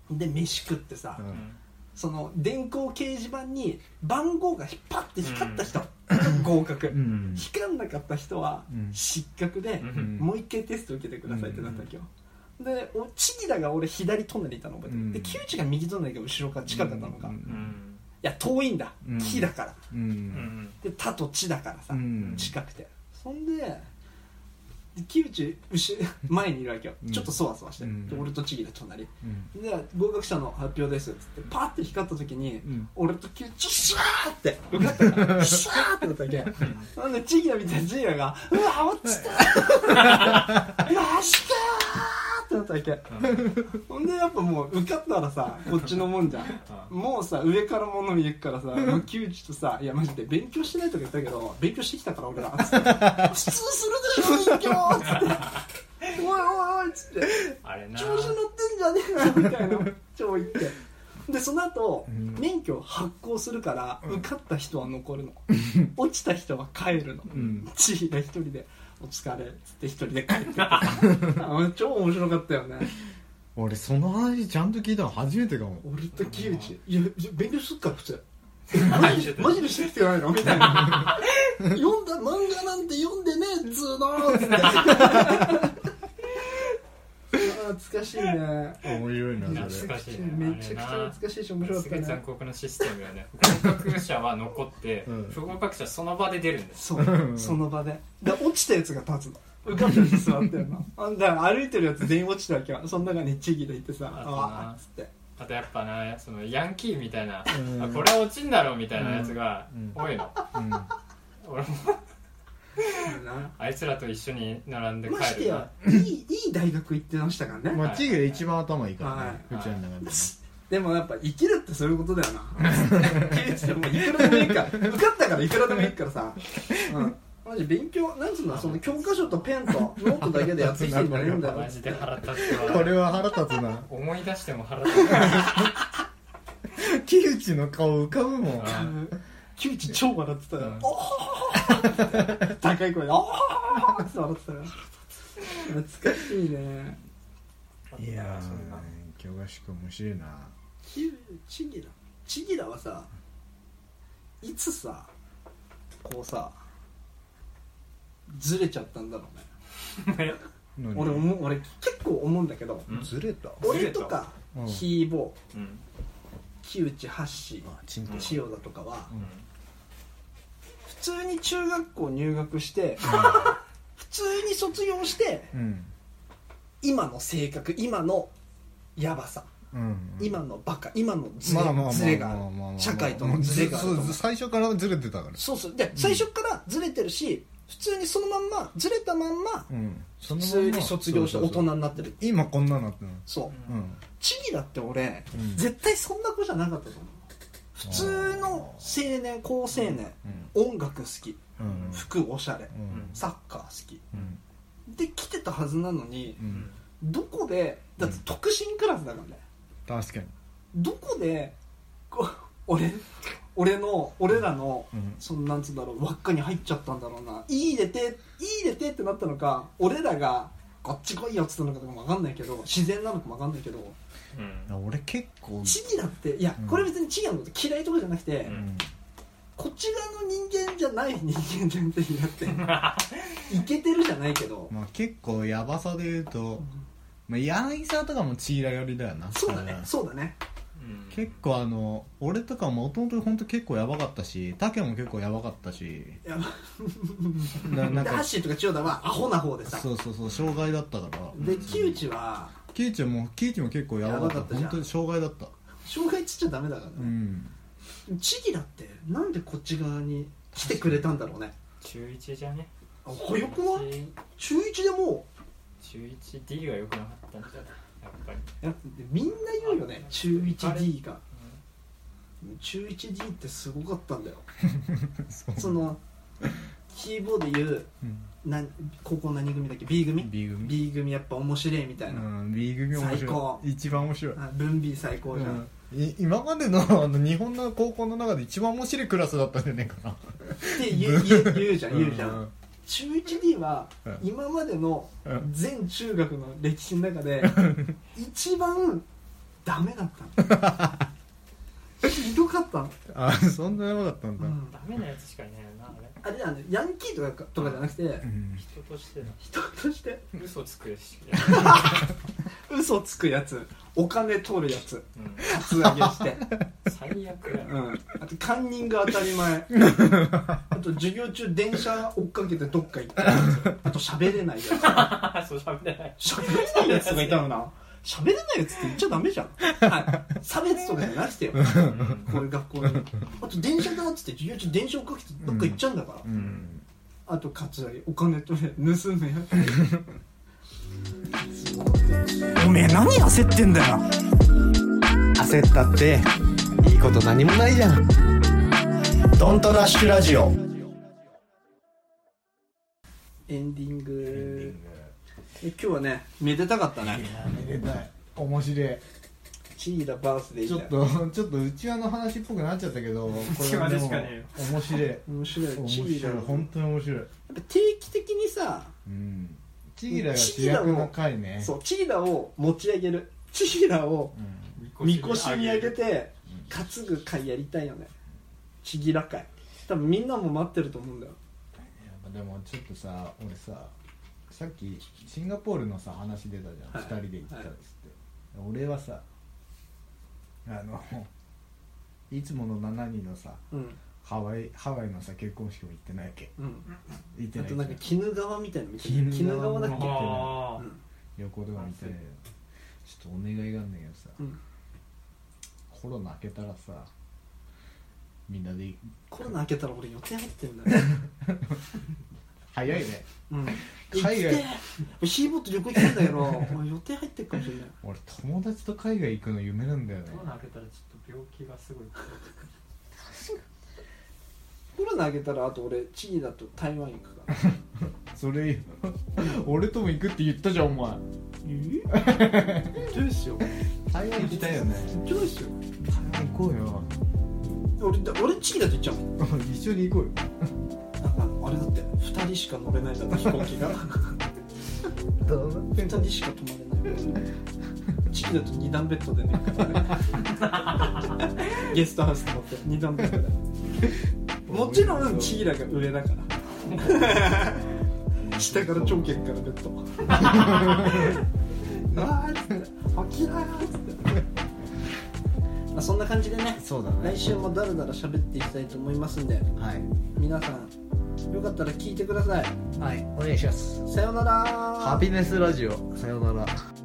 Speaker 2: ト
Speaker 3: ん
Speaker 2: で飯食ってさ、
Speaker 3: うん
Speaker 2: その電光掲示板に番号が引っ張って光った人、合格、
Speaker 3: うん
Speaker 2: 光んなかった人は
Speaker 3: うん
Speaker 2: 失格で、
Speaker 3: ん
Speaker 2: もう一回テスト受けてくださいってなったわけよ、でおチギラが俺左隣いたの覚えてる、
Speaker 3: うん
Speaker 2: でキウチが右隣が後ろか近かったのか、
Speaker 3: う
Speaker 2: い
Speaker 5: うんん
Speaker 2: や遠いんだ、
Speaker 3: うん
Speaker 2: 木だから
Speaker 3: う
Speaker 5: うんん
Speaker 2: で他と地だからさ、
Speaker 3: うん
Speaker 2: 近くてそんで木内後ろ前にいるわけよ、
Speaker 3: うん
Speaker 2: ちょっとそわそわして、
Speaker 3: うん
Speaker 2: で俺とチギラ隣、
Speaker 3: うん
Speaker 2: で合格者の発表ですっつってパーって光った時に、
Speaker 3: ん
Speaker 2: 俺とキュッチュシャーって受かったからシャーってなったわけなんでチギラみたいなチギラが「うわ落ちた!」「マジか!」ってなったわけほんでやっぱもう受かったらさこっちのもんじゃんもうさ上から物見えくからさもうキューチとさ「いやマジで勉強してない」とか言ったけど「勉強してきたから 俺ら」つって「普通するでしょ勉強」っつって「おいおいおい」っつって
Speaker 5: あれな
Speaker 2: 調子乗ってんじゃねえよみたいな超言ってでその後、
Speaker 3: うん
Speaker 2: 免許を発行するから、受かった人は残 るの落ちた人は帰るの
Speaker 3: うん
Speaker 2: ちひが一人で「お疲れ」っつって一人で帰 ってたあ超面白かったよね
Speaker 3: 俺その話ちゃんと聞いたの初めてかも
Speaker 2: 俺と木内いやいや勉強すっから普 通えマ
Speaker 5: 何
Speaker 2: ジ
Speaker 5: してた
Speaker 2: マジでしてる人いないのみたいな読んだ漫画なんて読んでねえっつうの っつってあー懐かしいね
Speaker 3: 面白いなそ
Speaker 5: 懐か
Speaker 3: れ
Speaker 5: しいね
Speaker 2: めちゃくちゃ懐かしいし面白
Speaker 5: す
Speaker 2: か
Speaker 5: げえ
Speaker 2: った
Speaker 5: 残
Speaker 2: ね
Speaker 5: 酷なシステムよね合格者は残って
Speaker 3: うん
Speaker 5: 不合格者その場で出るんです
Speaker 2: そうその場でで落ちたやつが立つの受かったやつ座ってるの あんだから歩いてるやつ全員落ちたわけよその中にチギでいてさ
Speaker 5: あったな
Speaker 2: ああっつって
Speaker 5: あとやっぱなそのヤンキーみたいな、
Speaker 3: うん
Speaker 5: あこれは落ちんだろうみたいなやつが
Speaker 3: うん
Speaker 5: 多いの、
Speaker 3: うん
Speaker 5: 俺も
Speaker 2: な
Speaker 5: あいつらと一緒に並んで
Speaker 2: まし
Speaker 5: 帰
Speaker 2: て
Speaker 5: る
Speaker 2: や
Speaker 5: ない
Speaker 2: いいい大学行ってましたからね
Speaker 3: まあ、チーが一番頭いいからね、
Speaker 5: はいう
Speaker 3: ちらの中でね。
Speaker 2: でもやっぱ生きるってそういうことだ よな 生きるってもういくらでもいいから受かったからいくらでもいいからさ、うんマジ勉強なんつうのその教科書とペンとノートだけでやってきてんじゃねえん だよ
Speaker 5: マジで腹立つ
Speaker 1: こ
Speaker 5: わ
Speaker 1: れは腹立つ な
Speaker 5: 思い出しても腹立つわ
Speaker 1: 木内の顔浮かぶもん
Speaker 2: 窮地超笑ってたよ、
Speaker 5: うん
Speaker 2: おほほほほ高い声で「おほほほほ」って笑ってたよ懐かしいね
Speaker 1: いや
Speaker 5: そんな
Speaker 1: ー京菓子くん面白いな
Speaker 2: キチギラチギラはさいつさこうさずれちゃったんだろうね
Speaker 1: 何
Speaker 2: 俺思う俺結構思うんだけど
Speaker 5: うん
Speaker 1: ずれた
Speaker 5: ず
Speaker 2: 俺
Speaker 5: れた
Speaker 2: とか
Speaker 1: うん
Speaker 2: キーボー
Speaker 5: うん
Speaker 2: 木内ハッシ
Speaker 1: あちん
Speaker 2: ー
Speaker 1: と
Speaker 2: 千代田とかは
Speaker 1: うん
Speaker 2: 普通に中学校入学して普通に卒業して
Speaker 1: うん
Speaker 2: 今の性格今のヤバさ
Speaker 1: うん
Speaker 2: 今のバカ今のズレ,、
Speaker 1: まあまあまあ
Speaker 2: ズレがある
Speaker 1: まあまあまあ
Speaker 2: 社会とのズレがある
Speaker 1: ず
Speaker 2: と
Speaker 1: そう最初からずれてたから
Speaker 2: そうそうで最初からずれてるし、普通にそのまんまずれたまんま
Speaker 1: うんそのまん
Speaker 2: 普
Speaker 1: ま
Speaker 2: 通に卒業して大
Speaker 1: そ
Speaker 2: 人
Speaker 1: うそうそう
Speaker 2: になってる
Speaker 1: 今こんななってんの
Speaker 2: そう
Speaker 1: うん
Speaker 2: チギだって俺、
Speaker 1: うん
Speaker 2: 絶対そんな子じゃなかったと思う普通の青年高青年、音楽好き
Speaker 1: うんうん
Speaker 2: 服おしゃれ
Speaker 1: うん
Speaker 2: サッカー好き
Speaker 1: うん
Speaker 2: で来てたはずなのに
Speaker 1: う
Speaker 5: うんん
Speaker 2: どこでだって特進クラスだからね、
Speaker 1: 確かに
Speaker 2: どこでこ俺俺の俺らの、
Speaker 1: うん
Speaker 2: そのなんつうんだろう輪っかに入っちゃったんだろうないいでていいでてってなったのか俺らがこっち来いよっつったのかとかも分かんないけど自然なのかも分かんないけど
Speaker 5: うん
Speaker 1: 俺結構
Speaker 2: チギだっていや
Speaker 1: うん
Speaker 2: これ別にチギのこと嫌いとかじゃなくて、
Speaker 5: ん
Speaker 2: こっち側の人間じゃない人間全然やっ ていけてるじゃないけど、
Speaker 1: まあ結構ヤバさで言うとまあ柳沢とかもチーラ寄りだよな
Speaker 2: そうだね
Speaker 1: ん
Speaker 2: そうだね
Speaker 5: うん
Speaker 1: 結構あの俺とかもともと本当結構やばかったしタケも結構やばかったし
Speaker 2: いや
Speaker 1: ななん
Speaker 2: でハッ
Speaker 1: か
Speaker 2: シーとか千代田はアホな方でさ
Speaker 1: そうそうそう障害だったから
Speaker 2: で木内は
Speaker 1: キイチもキイチも結構やばかった
Speaker 2: やばかったじゃん
Speaker 1: 本当に障害だった
Speaker 2: 障害つっちゃダメだからね、
Speaker 1: うん
Speaker 2: チギだってなんでこっち側に来てくれたんだろうね
Speaker 5: 中一じゃね
Speaker 2: あほよくは
Speaker 5: 中一
Speaker 2: 中1でも
Speaker 5: 中 1D が良くなかったんじゃないやっぱり
Speaker 2: うやっぱみんな言うよね中 1D が中 1D ってすごかったんだよそのキーボードで言うなん高校何組だっけ B 組
Speaker 1: B 組
Speaker 2: B 組やっぱ面白いみたいな、
Speaker 1: うん、B 組面白い
Speaker 2: 最高
Speaker 1: 一番面白い、
Speaker 2: あ文 B 最高じゃん、
Speaker 1: うんい今までのあの日本の高校の中で一番面白いクラスだったんじゃねえか
Speaker 2: って言う言う言うじゃ
Speaker 1: なん
Speaker 2: 言うじゃん、中 1D は
Speaker 1: うん
Speaker 2: 今までの
Speaker 1: うん
Speaker 2: 全中学の歴史の 中で一番ダメだったのひどかったの、
Speaker 1: あそんなやばかったん
Speaker 2: う
Speaker 1: だ、
Speaker 2: ん
Speaker 5: ダメなやつしかいないよなあれ
Speaker 2: あれだねヤンキーとかとかじゃなくて、
Speaker 1: うん
Speaker 5: 人としての
Speaker 2: 人として
Speaker 5: 嘘つくし
Speaker 2: 嘘つくやつお金取るやつ
Speaker 5: うん
Speaker 2: カツアゲして、
Speaker 5: 最悪や
Speaker 2: うん、あとカンニング当たり前 あと授業中電車追っかけてどっか行ったやつあと喋れないやつ
Speaker 5: あそう喋れない
Speaker 2: 喋れないやつとかいたのな喋れないやつって言っちゃダメじゃん、はい、差別とかじゃなくてよ
Speaker 5: うん
Speaker 2: こういう学校に あと電車だっつって授業中電車をかけてどっか行っちゃうんだから、
Speaker 1: うん
Speaker 2: あとカツラギお金取れ盗め
Speaker 3: おめえ何焦ってんだよ 焦ったっていいこと何もないじゃんドントラッシュラジオ
Speaker 2: エ
Speaker 1: エ
Speaker 2: ンディン
Speaker 1: ンディ
Speaker 2: グ
Speaker 1: ング
Speaker 2: え今日はねめでたかったね
Speaker 1: いやめでたい面白い
Speaker 2: チーダバースデー
Speaker 1: ちょ
Speaker 2: だ
Speaker 1: っ
Speaker 2: よ
Speaker 1: とちょっと内輪の話っぽくなっちゃったけどこれはで
Speaker 5: 内輪でし
Speaker 1: も
Speaker 5: かね
Speaker 1: 面白い
Speaker 2: 面白い
Speaker 1: 面
Speaker 2: チーダ
Speaker 1: 白い本当に面白い
Speaker 2: やっぱ定期的にさ、
Speaker 1: うんチギラが主役の回ね
Speaker 2: そうチーダを持ち上げるチーダを
Speaker 1: うん
Speaker 2: みこしにあげて
Speaker 1: うん
Speaker 2: 担ぐ会やりたいよねチギラ会多分みんなも待ってると思うんだよ
Speaker 1: やっぱでもちょっとさ俺ささっきシンガポールのさ話出たじゃん、
Speaker 2: はい
Speaker 1: 二人で行ったっつって、俺はさあのいつもの7人のさ
Speaker 2: うん
Speaker 1: ハワイハワイのさ結婚式も行ってないわけ
Speaker 2: うん
Speaker 1: 行って
Speaker 2: あ
Speaker 1: ない
Speaker 2: となんか絹川みたいなの見て
Speaker 1: 絹
Speaker 2: 絹
Speaker 1: 川
Speaker 2: 川だっけ
Speaker 5: あ
Speaker 2: うん
Speaker 1: 横では見てないよちょっとお願いがあんだけどさ、
Speaker 2: うん
Speaker 1: コロナ開けたらさみんなで
Speaker 2: コロナ開けたら俺予定入ってん だよ、
Speaker 1: 早いね
Speaker 2: うん、
Speaker 1: 海外
Speaker 2: 行きてえヒーボーと旅行行ってんだけど俺予定入ってるかもしれない
Speaker 1: 俺友達と海外行くの夢なんだよね
Speaker 5: コロナ開けたらちょっと病気がすごい
Speaker 2: コロナあげたらあと俺チリだと台湾行くから
Speaker 1: それいいよ 俺とも行くって言ったじゃんお前
Speaker 2: どうしよ
Speaker 1: 台湾行きたいよね
Speaker 2: うどうしよ
Speaker 1: 台湾行こうよ
Speaker 2: う俺だ俺チリだと行っちゃうもん
Speaker 1: 一緒に行こうよ
Speaker 2: なんかあれだって2人しか乗れないんだって飛行機が2人しか泊まれないチリだと2段ベッドでねゲストハウス泊まって2段ベッドでもちろんチーラが上だから下から長剣からベッ ドうわーっつって起きろーっつってまあそんな感じでね
Speaker 1: そうだ
Speaker 2: 来週もだらだら喋っていきたいと思いますんで
Speaker 1: はい
Speaker 2: 皆さんよかったら聞いてください
Speaker 1: はいお願いします
Speaker 2: さようなら
Speaker 1: ハピネスラジオさようなら